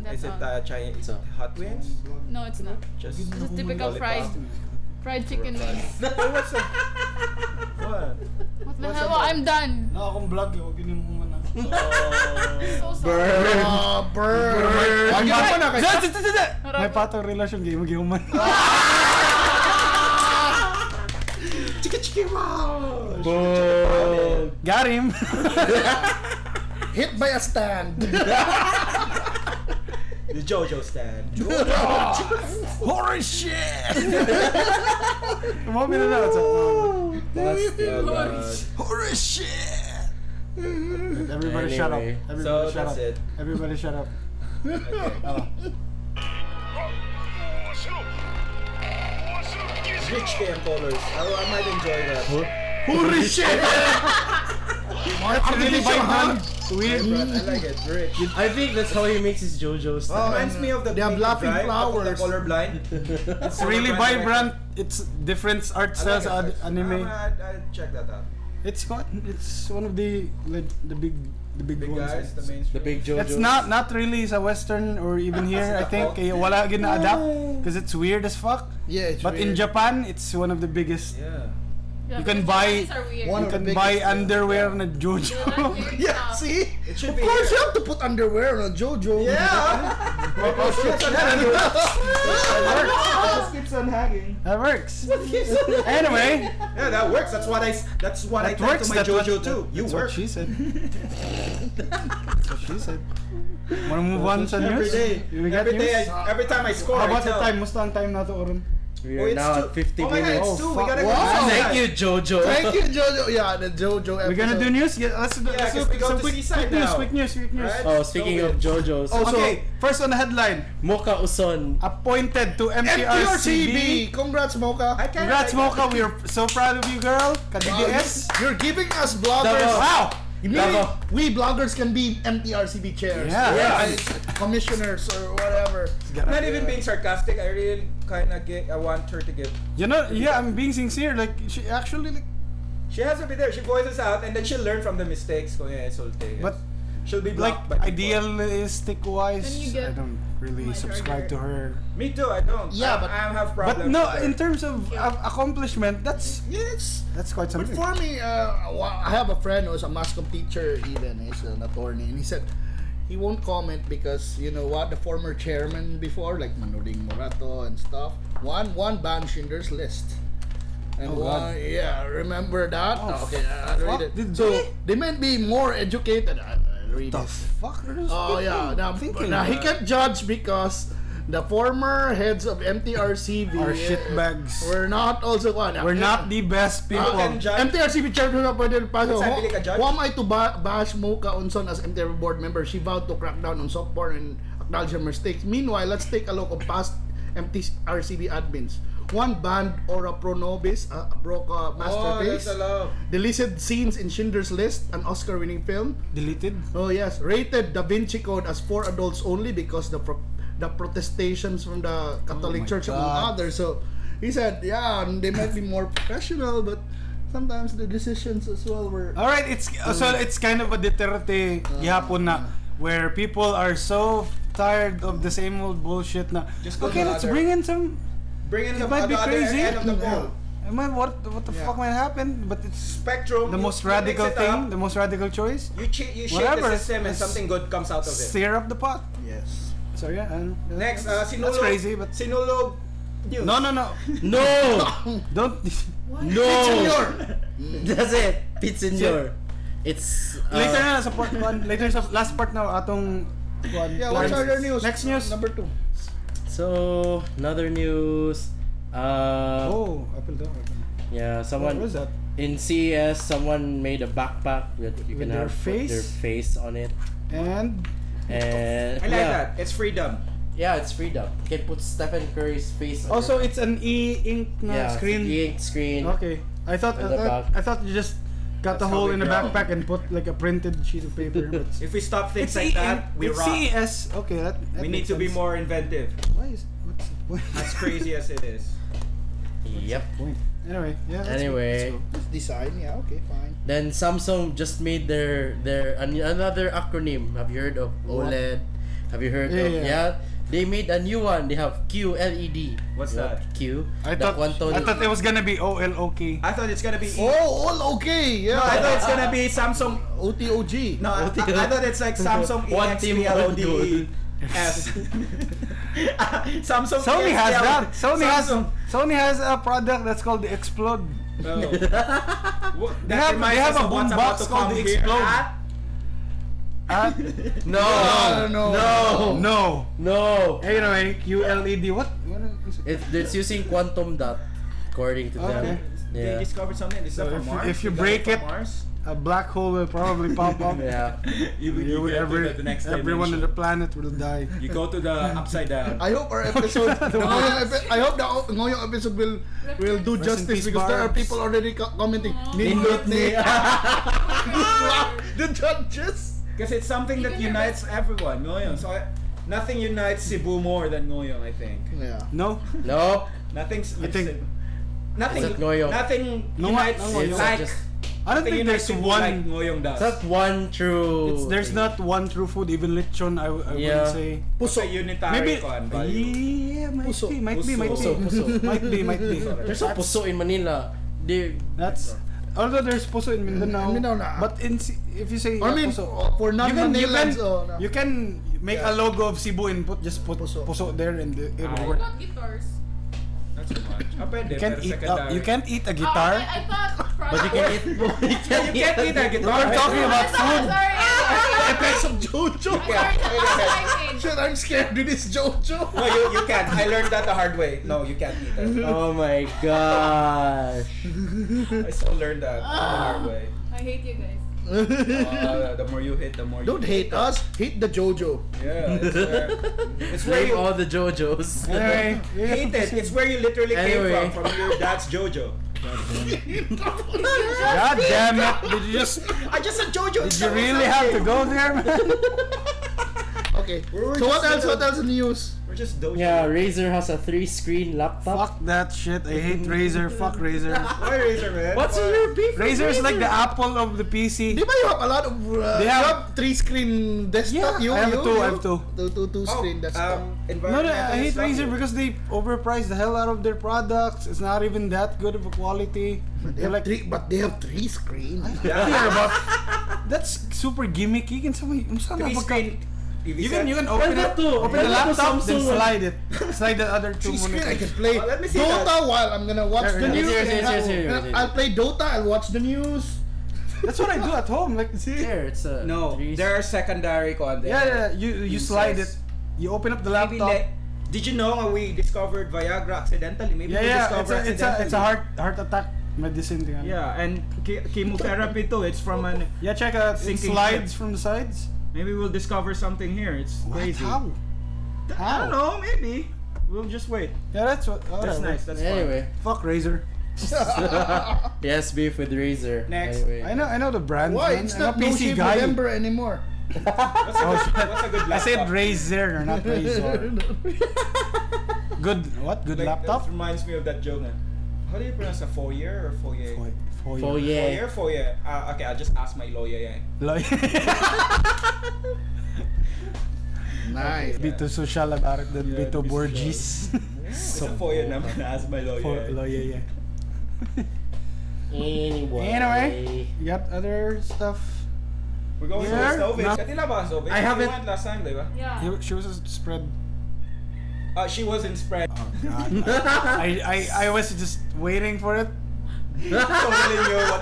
G: That's
C: Is it
G: all.
C: uh, Chinese hot wings?
G: No, it's not.
C: Just,
G: Just typical
C: lollipop.
G: fried fried chicken wings.
C: [laughs] Hey, what's up? What?
G: What the hell? Oh, I'm done.
I: Na akong vlog, eh, huwag yun mo na.
G: So sorry.
B: Ah, burn!
D: Ang
B: Bakit mo na kay-
D: May patong relasyon kayo [laughs] mag-human. Got him!
B: Hit by a stand!
C: [laughs] The JoJo stand.
D: Holy shit! Umami na na. It's Holy shit! Everybody shut up.
F: Anyway.
D: Everybody
C: So
D: shut
C: that's
D: up.
C: it.
D: Everybody shut up.
C: Okay.
D: Oh.
J: One, four, zero.
I: It's rich KM colors. I, I might enjoy that.
B: Holy shit!
D: Artificial hand.
I: Yeah,
D: Weird.
I: but I like it. Rich.
F: I think that's how he makes his JoJo stuff.
I: Oh,
C: Reminds me of the
B: They have
C: Pinky
B: laughing
C: Bride, of the
B: flowers.
C: colorblind.
D: It's really vibrant. It's different art
I: I like
D: styles
I: it,
D: ad-
I: actually.
C: Ah,
D: anime. Oh,
I: I, I, I check that out.
D: It's got, it's one of the like, the big the big,
I: Big
D: ones.
I: guys, the
F: the
I: mainstream.
C: [laughs]
F: big JoJo.
D: It's not not really sa western or even here. I think kaya wala gin adapt because it's weird as fuck.
B: Yeah, it's
D: But in
B: weird.
D: Japan, it's one of the biggest.
I: Yeah.
G: Yeah,
D: You can
G: but
D: buy-
G: Japanese are weird.
B: One
D: You
B: of the
D: can
B: biggest,
D: buy
B: yeah.
D: underwear na JoJo.
G: They like weird
B: [laughs] Yeah,
G: stuff.
B: see?
I: It should
B: Of
I: be
B: course you
I: here.
B: have to put underwear on a JoJo.
I: Yeah.
B: [laughs] Oh,
I: [laughs]
B: shit,
I: It keeps on hanging.
D: [laughs] that works. anyway,
C: Yeah, that works. That's what I. s- That's what I
D: that
C: tell to
D: works.
C: my
D: That
C: JoJo
D: what,
C: too.
D: that-
C: you
D: that's
C: work
D: What she said. that's what she said. Wanna move on sa
C: every
D: news?
C: day.
D: We got
C: Every
D: news?
C: day, I, every time I score.
D: How about
C: I
D: the
C: tell.
D: time? Musta ang time nato, Oren?
F: We
C: Oh,
F: are
C: it's
F: now
C: two.
F: at 50
C: oh my God,
F: minutes.
C: it's two.
D: Oh,
C: We gotta go.
B: Wow.
C: outside.
F: Thank you, JoJo.
B: Thank you, JoJo. Yeah, the JoJo episode.
D: We're gonna do news? Yeah, let's
C: Yeah,
D: do let's do
C: 'cause we go
D: some
C: to
D: quick,
C: seaside
D: quick news,
C: now.
D: quick news, quick news.
I: Right?
F: Oh, speaking of JoJo's,
B: Oh, so-
D: okay, first on the headline.
F: Mocha Uson.
D: Appointed to MTRCB.
B: MTRCB! Congrats, Mocha.
C: I can't.
D: Congrats, Mocha. We are so proud of you, girl. Ka-DDS.
B: You're giving us bloggers.
F: Davao.
D: Wow.
B: Meaning, we bloggers can be MTRCB chairs.
D: Yeah.
B: Yes. Commissioners or whatever.
C: I'm not even being sarcastic. I really kind of get. I want her to give.
D: You know, yeah, I'm being sincere. Like, she actually, like,
C: She has to be there. She voices out, and then she'll learn from the mistakes. Kung yeah, insulte.
D: but
C: she'll be
D: like
C: blocked by people.
D: idealistic
G: Then
D: wise,
G: you get
D: I don't really
G: my
D: subscribe to her.
C: Me too. I don't.
B: Yeah,
C: I,
B: but-
C: I have problems.
D: But no,
C: with her.
D: in terms of uh, accomplishment, that's
B: Yes.
D: that's quite
B: But
D: something.
B: for me, uh, wa- I have a friend who's a Mascom teacher, even he's an attorney, and he said he won't comment because you know what the former chairman before, like Manuding Morato and stuff, one one banned Schindler's List. And
D: Oh,
B: one
D: God.
B: yeah, remember that?
D: Oh,
B: okay, I'll
D: fuck.
B: read it.
D: Did
B: so
D: they?
B: they might be more educated. I- I'll read
D: the
B: it.
D: fuck are those
B: Oh
D: people
B: yeah, now,
D: thinking?
B: now he can't judge because the former heads of MTRCB uh,
D: Are shitbags.
B: We're not also one.
D: We're not the best people.
C: How can judge?
B: MTRCB chairman of President Paso,
C: Saan
B: who,
C: bili ka, Judge?
B: who am I to ba- bash Mocha Unson as MTRCB board member? She vowed to crack down on soft porn and acknowledge her mistakes. Meanwhile, let's take a look at past MTRCB admins. One banned Aura Pronobis, a Broca
I: Oh,
B: masterpiece.
I: that's a love.
B: Deleted scenes in Schindler's List, an Oscar-winning film.
D: Deleted.
B: Oh yes, rated Da Vinci Code as for adults only because the pro- the protestations from the Catholic
D: Oh my
B: Church
D: God.
B: among others. So he said, yeah, and they might be more professional, but sometimes the decisions as well were.
D: All right, it's uh, so
B: Mm.
D: it's kind of a Duterte gihapon na where people are so tired of the same old bullshit na.
C: Just go
D: Okay,
C: to
D: let's
C: other-
D: bring in some.
C: Bring in the,
D: It might
C: the
D: be
C: other
D: crazy.
C: end of
B: No.
C: the pole.
D: I mean, what what the fuck might happen? But it's
C: Spectrum. you-
D: the most
C: you
D: radical
C: mix it
D: thing,
C: up,
D: the most radical choice.
C: You, ch- you shake
D: Whatever.
C: the system and
D: It's-
C: something good comes out of it.
D: Stir up the pot.
B: Yes.
D: So yeah, I don't know.
C: Next, uh, Sinulog.
D: That's crazy, but
C: Sinulog. News.
D: no, no, no,
F: No!
C: [laughs]
D: don't.
F: No! [laughs] That's it. Pizzinior. It's. Uh,
D: later na sa part one. Later sa last part na atong. one.
B: Yeah, what's
D: plans.
B: other news?
D: Next news.
B: Number two.
F: So, another news. Uh,
D: Oh, Apple down.
F: Yeah,
D: What
F: someone.
D: was that?
F: In CES, someone made a backpack that you
D: With
F: can have
D: their
F: put their face
D: face?
F: on it.
D: And
C: I
F: And
C: like
F: yeah.
C: that. It's freedom.
F: Yeah, it's freedom. You can put Stephen Curry's face on
D: also,
F: it.
D: oh, it's an e-ink na
F: yeah,
D: screen.
F: ink screen.
D: Okay. I thought I
F: In the
D: thought,
F: back.
D: I thought you just cut
C: That's
D: a
C: how
D: hole
C: we
D: in the
C: grow.
D: backpack and put like a printed sheet of paper. But
C: [laughs] If we stop things
D: it's
C: like that, we
D: it's
C: rock.
D: CES. Okay, that, that
C: We need
D: makes
C: to be
D: sense.
C: more inventive.
D: Why is what's the point?
C: As crazy as it is.
F: Yep.
D: point. [laughs] Anyway, yeah. that's good.
F: Anyway,
D: Let's
B: It's design. Yeah. Okay. Fine.
F: then Samsung just made their their an, another acronym. Have you heard of
D: What?
F: OLED? Have you heard
D: Yeah,
F: of
D: yeah.
F: They made a new one. They have QLED.
C: What's
F: You know,
C: that?
F: Q.
D: go. I
F: the
D: thought
F: Quantum-
D: I thought it was gonna be O L O K.
C: I thought it's gonna be.
B: Oh, all okay. Yeah.
C: No, I thought it's gonna be Samsung.
B: OTOG.
C: No, I, I, I thought it's like Samsung E
F: One team, one
C: EXPLODE. S. E [laughs] Samsung. E
D: Sony has
C: EXPLODE.
D: that. Sony has
C: Samsung.
D: Sony has a product that's called
C: [laughs]
D: the Explode.
C: Oh. Wha-
D: They
C: that
D: have-
C: reminds
D: they have
C: us
D: a
C: of what's
D: boom
C: about
D: box
C: to come
D: called
C: here.
D: Explode.
C: Ah,
D: Ah,
F: No,
B: No, no,
F: no,
D: no.
F: no.
D: Anyway, QLED. E What? What is it?
F: It, it's using quantum dot, according to
D: Okay.
F: them.
C: They
F: Yeah.
C: discovered something. This is
D: So
C: from
D: if you-
C: Mars.
D: if you
C: They got
D: break
C: from
D: it-
C: Mars.
D: a black hole will probably pop
C: [laughs]
D: up.
F: Yeah.
C: you,
D: You,
C: would- you
D: would
C: get to
D: every,
C: the next
D: everyone on the
C: dimension.
D: planet will die.
C: You go
D: [laughs]
C: to the upside down.
B: I hope our episode, the Ngoyong epi- I hope the o- Ngoyong episode will will do
D: Rest in
B: justice
D: peace,
B: because there are
D: Barbs.
B: people already co- commenting. Nindot
C: Nindot
B: ni.
C: ni.
B: [laughs] The judges.
C: Kasi it's something that
G: Even
C: unites everyone, Ngoyong. So, I- nothing unites Cebu more than Ngoyong, I think.
B: Yeah.
C: [laughs]
D: No?
F: No.
C: Nothing's...
D: I think-
C: Nothing,
F: Except Ngoyong.
C: nothing
D: No,
C: unites
D: no, Ngoyong.
C: like...
F: Just-
D: I don't think
C: unites
D: there's
C: Cebu like oh,
D: one.
C: Ngoyong does.
F: It's not one true.
D: It's, there's not one true food, even lechon, I, w- I
F: Yeah.
D: wouldn't say.
C: puso. unitary
D: Maybe,
C: ko ang value.
D: yeah, might
F: Puso.
D: be, might be, might
F: Puso,
D: be.
F: puso.
D: [laughs] Might be, might be.
F: There's a puso in Manila. They,
D: That's although there's puso in Mindanao,
B: In Mindanao na.
D: but in Si- if you
B: I
D: say yeah,
B: mean, oh,
D: puso,
B: for
D: you can you can,
B: non-Manilans, oh, no.
D: you can make a logo of Cebu and put just put
B: Puso.
D: puso, there and the, it will
C: Ah,
D: work.
G: Not guitars.
C: Not so much. Ah, pwede,
D: You can't
C: pero
D: eat
C: secondary.
D: uh, you can't eat a
G: Oh,
D: guitar.
G: okay, I thought Oh,
F: but [laughs] you
D: [laughs]
F: can eat. You
C: Yeah,
F: can
C: you can't eat a guitar.
D: We're talking
F: [laughs]
D: about
G: Sorry,
D: food.
G: sorry.
B: [laughs] Effects of Jojo.
G: I'm sorry. I'm sorry.
B: Shit, I'm scared. Dude, it's Jojo.
C: No, you, you can't. I learned that the hard way. No, you can't eat
D: Mm-hmm.
C: that.
F: Oh my gosh.
C: I still learned that the hard
D: [laughs]
C: way.
G: I hate you guys.
C: Uh, the more you hit, the more you
B: [laughs] Don't hate us. Hate the Jojo.
C: Yeah, it's
D: [laughs]
C: where, it's where
F: Blame
C: you
F: all the JoJo's.
D: Anyway,
C: hate
D: [laughs]
C: it. It's where you literally
F: Anyway.
C: came from, from your dad's JoJo.
D: God damn it! Did you
B: [laughs]
D: just
C: I just said JoJo.
D: did you really have to go there, man? [laughs]
B: Okay.
C: We're- we're
B: So what
C: just
B: else? What
C: gonna-
B: else news?
C: We're just dojo.
F: Yeah, Razer has a three-screen laptop.
D: Fuck that shit! I hate Razer. Fuck Razer.
C: Why Razor man?
F: What's your beef? with
D: Razer is like the Apple of the PC.
B: Di ba you have a lot of uh,
D: They have-
B: you have three screen desktop?
D: Yeah,
B: you,
D: I have
B: you,
D: two,
B: you,
D: I have two.
B: Two, two, two
C: Oh,
B: screen desktop.
C: um,
D: No, no, I hate
C: environmentalist
D: Razer
C: laptop.
D: because they overprice the hell out of their products. It's not even that good of a quality.
B: They
D: They're
B: have
D: like
B: three, but they have three screens.
C: Yeah.
D: That's super gimmicky. Can somebody, I'm sorry,
C: Three
D: I'm
C: screen TV
D: You
C: set.
D: can you can
F: Well,
D: open
F: that
D: it,
F: too.
D: open the
F: Well, that was
D: laptop, then
F: Samsung one.
D: slide it, slide the other two
B: Three screen. I can
D: monitors.
B: play
C: Oh, let me see
B: Dota
C: that.
B: while I'm gonna watch
D: Here,
B: the
D: here,
B: news.
F: here, here, here, here,
B: I'll-
F: here.
B: I'll play Dota. I'll watch the news.
D: That's what I do at home. Like see, yeah,
F: There, it's a
C: No,
F: three-
C: there are secondary content.
D: yeah. You you
C: Users.
D: slide it, you open up the
C: Maybe
D: laptop.
C: like, did you know how we discovered Viagra accidentally? Maybe
D: Yeah,
C: we
D: yeah. It's
C: discovered
D: a it's a it's a
C: accidentally.
D: heart heart attack medicine thing. ano.
C: Yeah, and che- chemotherapy too. It's from an.
D: yeah. Check out it
C: Sinking
D: slides
C: ship.
D: from the sides.
C: Maybe we'll discover something here. It's crazy.
D: How?
C: I don't
D: How?
C: know. Maybe we'll just wait.
D: Yeah, that's what.
C: That's
D: alright,
C: nice. That's fun.
F: Anyway,
D: Fuck Razer.
F: yes, beef with Razer.
C: Next.
F: Anyway.
D: I know I know the brand.
B: Why?
D: man.
B: It's
D: I'm a
B: not no
D: PC
B: shave
D: guy.
B: November anymore.
C: What's a good, what's a good
D: I
C: laptop?
D: said Razer,
C: [laughs]
D: not Razor. good what? Good
C: Like,
D: laptop.
C: That reminds me of that joke. man. How do you pronounce a foyer or foyer?
D: Foy- foyer.
F: Oh
C: Foyer,
F: yeah.
C: foyer. Uh, okay, I'll just ask my lawyer. Yeah.
B: [laughs]
C: [laughs]
B: Nice.
D: Be too social about it, then
C: Yeah,
D: be too
C: be social. [laughs]
D: Borges.
C: It's a foyer naman. Ask my lawyer.
D: For lawyer, yeah.
F: Anyway. [laughs]
D: Anyway. You got other stuff?
C: We're going
D: Here?
C: to Stovich.
D: No.
C: Kanila ba ang Stovich?
D: I haven't-
C: You went last time, diba?
G: Yeah.
D: He- She was just spread.
C: Uh, she was in spread.
D: Oh god.
C: [laughs]
D: I, I, I was just waiting for it.
C: so really knew what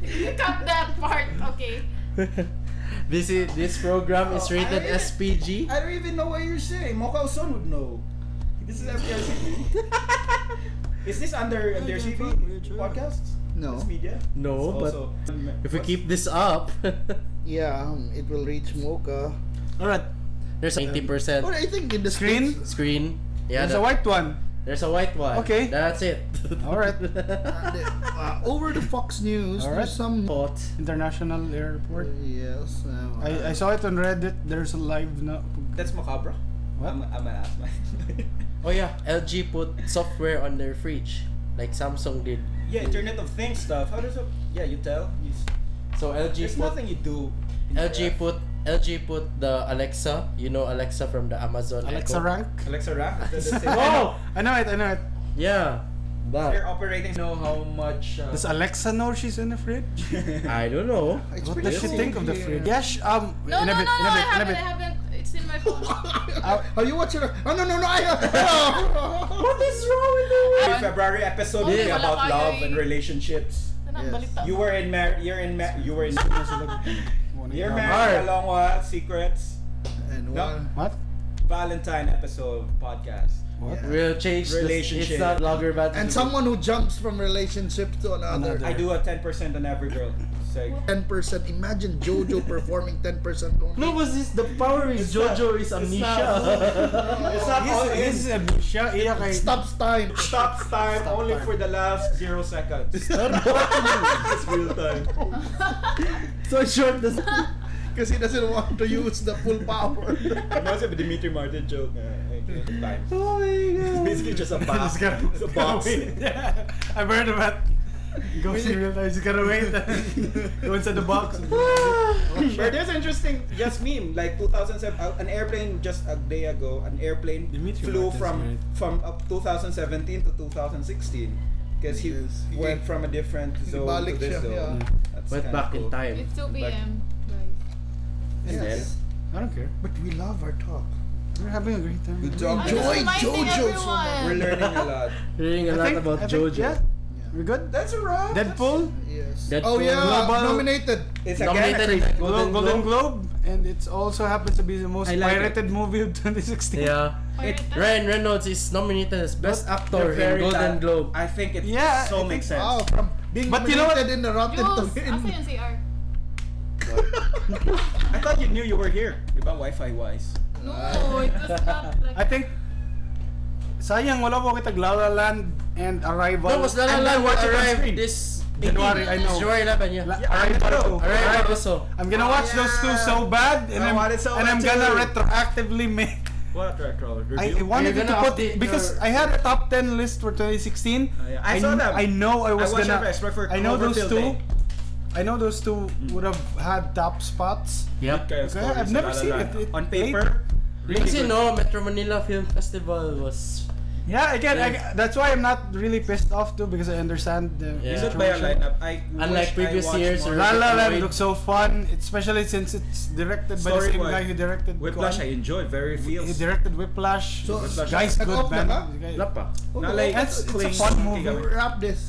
G: [laughs] Cut that part. Okay.
F: this is this program is
C: Oh, I
F: rated
C: didn't-
F: SPG.
C: I don't even know what you're saying. Mokao Son would know. This is MTRCB. is this under MTRCB podcast?
B: No.
C: This media?
D: Oh,
F: No,
C: It's
F: but
C: also-
F: if we
C: What's-
F: keep this up, [laughs]
B: Yeah, um, it will reach Mocha.
D: Alright.
F: there's 90 percent
B: But I think in the
D: Screen?
B: States,
F: screen. Yeah,
D: There's
F: that-
D: a white one.
F: there's a white one.
D: Okay.
F: that's it. [laughs]
D: Alright.
B: uh, the- uh, over the Fox News,
D: Alright.
B: there's some.
F: Hot.
D: International airport.
B: Yes. um,
D: I, I saw it on Reddit. There's a live no.
C: That's macabre.
D: What?
C: I'm, I'm gonna ask my.
F: Oh yeah, LG put software on their fridge, like Samsung did.
C: [laughs] yeah, Internet of Things stuff. How does it? Yeah, you tell. You, s-
F: So LG
C: there's
F: put
C: nothing you do. in
F: LG
C: your
F: put LG put the Alexa. You know Alexa from the Amazon. Echo?
D: Alexa rank.
C: app. Alexa Rack. Does it say-
D: Oh, [laughs] I know it. I know it.
F: Yeah.
C: Your
F: That.
C: operating know how much. Uh,
D: Does Alexa know she's in the fridge?
F: I don't know.
B: it's
D: What
B: pretty
D: does she
B: cool
D: think of the
B: here.
D: fridge? Yeah, sh- um.
G: No,
D: in
G: no,
D: a
G: no,
D: bit, in
G: no.
D: a bit, in
G: I
D: a
G: haven't. I
D: bit.
G: haven't. It's in my phone.
B: [laughs] Are you watching? it? Oh no no no! I [laughs] what is wrong with you?
C: Every [laughs] February episode will be
F: Yeah.
C: about
G: Wala
C: love
G: kayo
C: and
G: eh.
C: relationships.
G: Tanang
B: Yes.
G: baliktad.
C: You were in mar- you're in ma- you were in you're married for a
F: Alright.
C: long while. Secrets.
B: And
C: No.
B: one.
D: What?
C: Valentine episode podcast.
D: What?
B: Yeah.
F: We'll change. this-
C: Relationship.
F: It's not longer about.
B: And someone who jumps from relationship to another.
D: Another.
C: I do a ten percent on every girl. like,
B: 10%. Imagine [laughs] Jojo performing 10% only.
H: No, was this the power is Jojo is amnesia.
I: It's not all in.
D: This is amnesia. Iya kay...
B: Stops [laughs] time.
I: Stops time only for the last zero seconds. it's real time.
H: so short.
D: [laughs]
H: This
B: Because he doesn't want to use the full power.
I: Imagine the Dimitri Martin joke. Uh, okay, time.
H: oh my god.
I: Basically just a box. It's a box.
D: Yeah. [laughs] I've heard about Go see real life. Just gotta wait. Go inside the box.
C: But there's interesting just meme like 2007 uh, an airplane just a day ago an airplane
D: Dimitri
C: flew
D: Martin's
C: from
D: right.
C: from uh, up 2017 to 2016 because he
B: Yes, he
C: went
B: did.
C: from a different zone to
B: Balik
C: this
B: siya,
C: zone.
B: yeah.
C: That's
F: Went
C: kinda
F: back
C: cool.
F: in time.
G: It's 2 p.m. guys.
B: Yes.
D: I don't care.
B: But we love our talk.
D: We're having a great time.
C: Good job.
G: I'm
C: guys.
B: Joy,
G: just reminding
B: Jojo, so
G: everyone.
C: We're learning a lot.
F: Hearing a lot
D: think-
F: about
D: I
F: Jojo.
D: think- yeah. We're good.
C: That's a wrap.
D: Deadpool,
B: Yes.
F: Deadpool.
B: Oh yeah,
D: Global-
B: nominated.
C: It's again a
F: Nominated in
C: crazy.
F: the Golden
D: Golden, Golden
F: Globe.
D: Globe, and it's also happens to be the
C: I
D: most
C: like
D: pirated movie of [laughs] 2016.
F: Yeah.
G: Pirate Bay.
F: Ryan Reynolds is nominated as Best Actor in
C: Very ta-
F: Golden Globe.
C: I think it
D: Yeah,
C: so
D: I
C: makes sense.
B: Wow, from being
D: But you know
B: nominated in the Rotten [laughs]
G: Jules, asa
B: Tomatoes.
G: yung CR?
C: I thought you knew you were here. You got Wi-Fi wise.
G: No, it was not like
D: I think sayang wala po kitag La La Land and Arrival.
F: No, was La La
D: I'm not
F: Land will
D: watching on
F: arrive
D: screen.
F: this
D: January, I know.
F: January 11, yeah.
D: La- Arrival too.
F: Arrival also.
D: I'm gonna watch those two so bad, and
C: I
D: I'm,
C: want it so
D: and I'm
C: much
D: gonna
C: too.
D: retroactively make.
I: What a retro
D: I, I
I: review.
D: wanted
F: You're
D: to
F: gonna
D: put
F: update
D: because
F: your-
D: I had a top 10 list for 2016.
C: Oh, yeah. I saw
D: kn-
C: them.
D: I know I
C: I
D: was
C: watched
D: gonna.
C: it, I swear, for
D: I know those
C: Cloverfield
D: two.
C: Day.
D: I know those two would have had top spots.
F: Yep.
D: Kaya
I: Kaya
D: I've
I: stories,
D: never
I: la, la,
D: seen
I: la.
D: it. It-
C: On
D: late.
C: paper,
F: Because you know, Metro Manila Film Festival was
D: Yeah, again,
F: Yeah.
D: I, that's why I'm not really pissed off too because I understand the
F: Yeah.
C: is
F: Is
C: it
F: it
C: by a
D: situation.
C: lineup? I
F: Unlike
C: wish I
F: previous
C: watched
F: years
C: more.
F: or-
D: La La Land
F: Wait.
D: looks so fun, especially since it's directed by the
C: Story
D: same
C: wise.
D: guy who directed
C: Whiplash, I
D: Kwan.
C: enjoy. Very
D: He
C: feels.
D: directed Whiplash.
B: So,
C: Whiplash.
D: Guys,
B: Nag-off na
D: good man.
B: ba?
F: Lapa.
B: [laughs]
C: Not like
D: That's- it's a
C: clean.
D: fun movie.
C: Okay, wait.
B: Wrap this.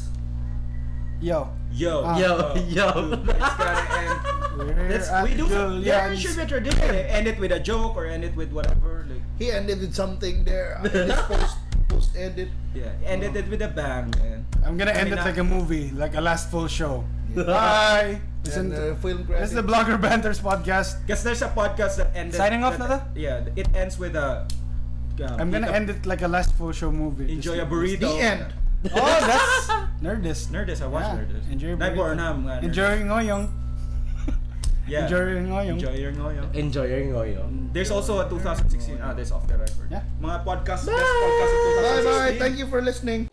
D: Yo,
C: Yo,
D: Ah.
F: Yo, yo.
C: Dude, it's gotta end.
D: we're
C: Let's
D: at
C: we do some, yeah,
D: Julian's-
C: should be tradition. End it with a joke or end it with whatever. Like
B: He ended with something there. I mean, this post post edit.
C: yeah, ended it with a bang, man.
D: I'm gonna
C: mean,
D: end it
C: I-
D: like a movie, like a last full show. Bye. Listen,
B: And uh, film credit.
D: this is the Blogger Banters podcast.
C: Because there's a podcast that ended.
D: Signing off
C: that,
D: na to?
C: Yeah, it ends with a. um,
D: I'm
C: eat
D: gonna
C: a-
D: end it like a last full show movie.
C: Enjoy a
D: Just-
C: burrito.
B: The end.
D: Oh, that's Nerdist.
C: Nerdist, I watched
D: Yeah,
C: Nerdist.
D: enjoy your
C: Night
D: burrito.
C: Bornam, uh, Nerdist.
D: Enjoy your ngoyong.
C: Yeah.
D: Enjoy your ngoyong.
C: Enjoy your ngoyo.
F: Enjoy your ngoyo.
C: There's also a 2016. Ah, there's off the record.
D: Yeah.
C: Mga podcast, best podcast of 2016.
B: Bye bye. Thank you for listening.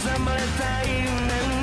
J: 刻まれた因縁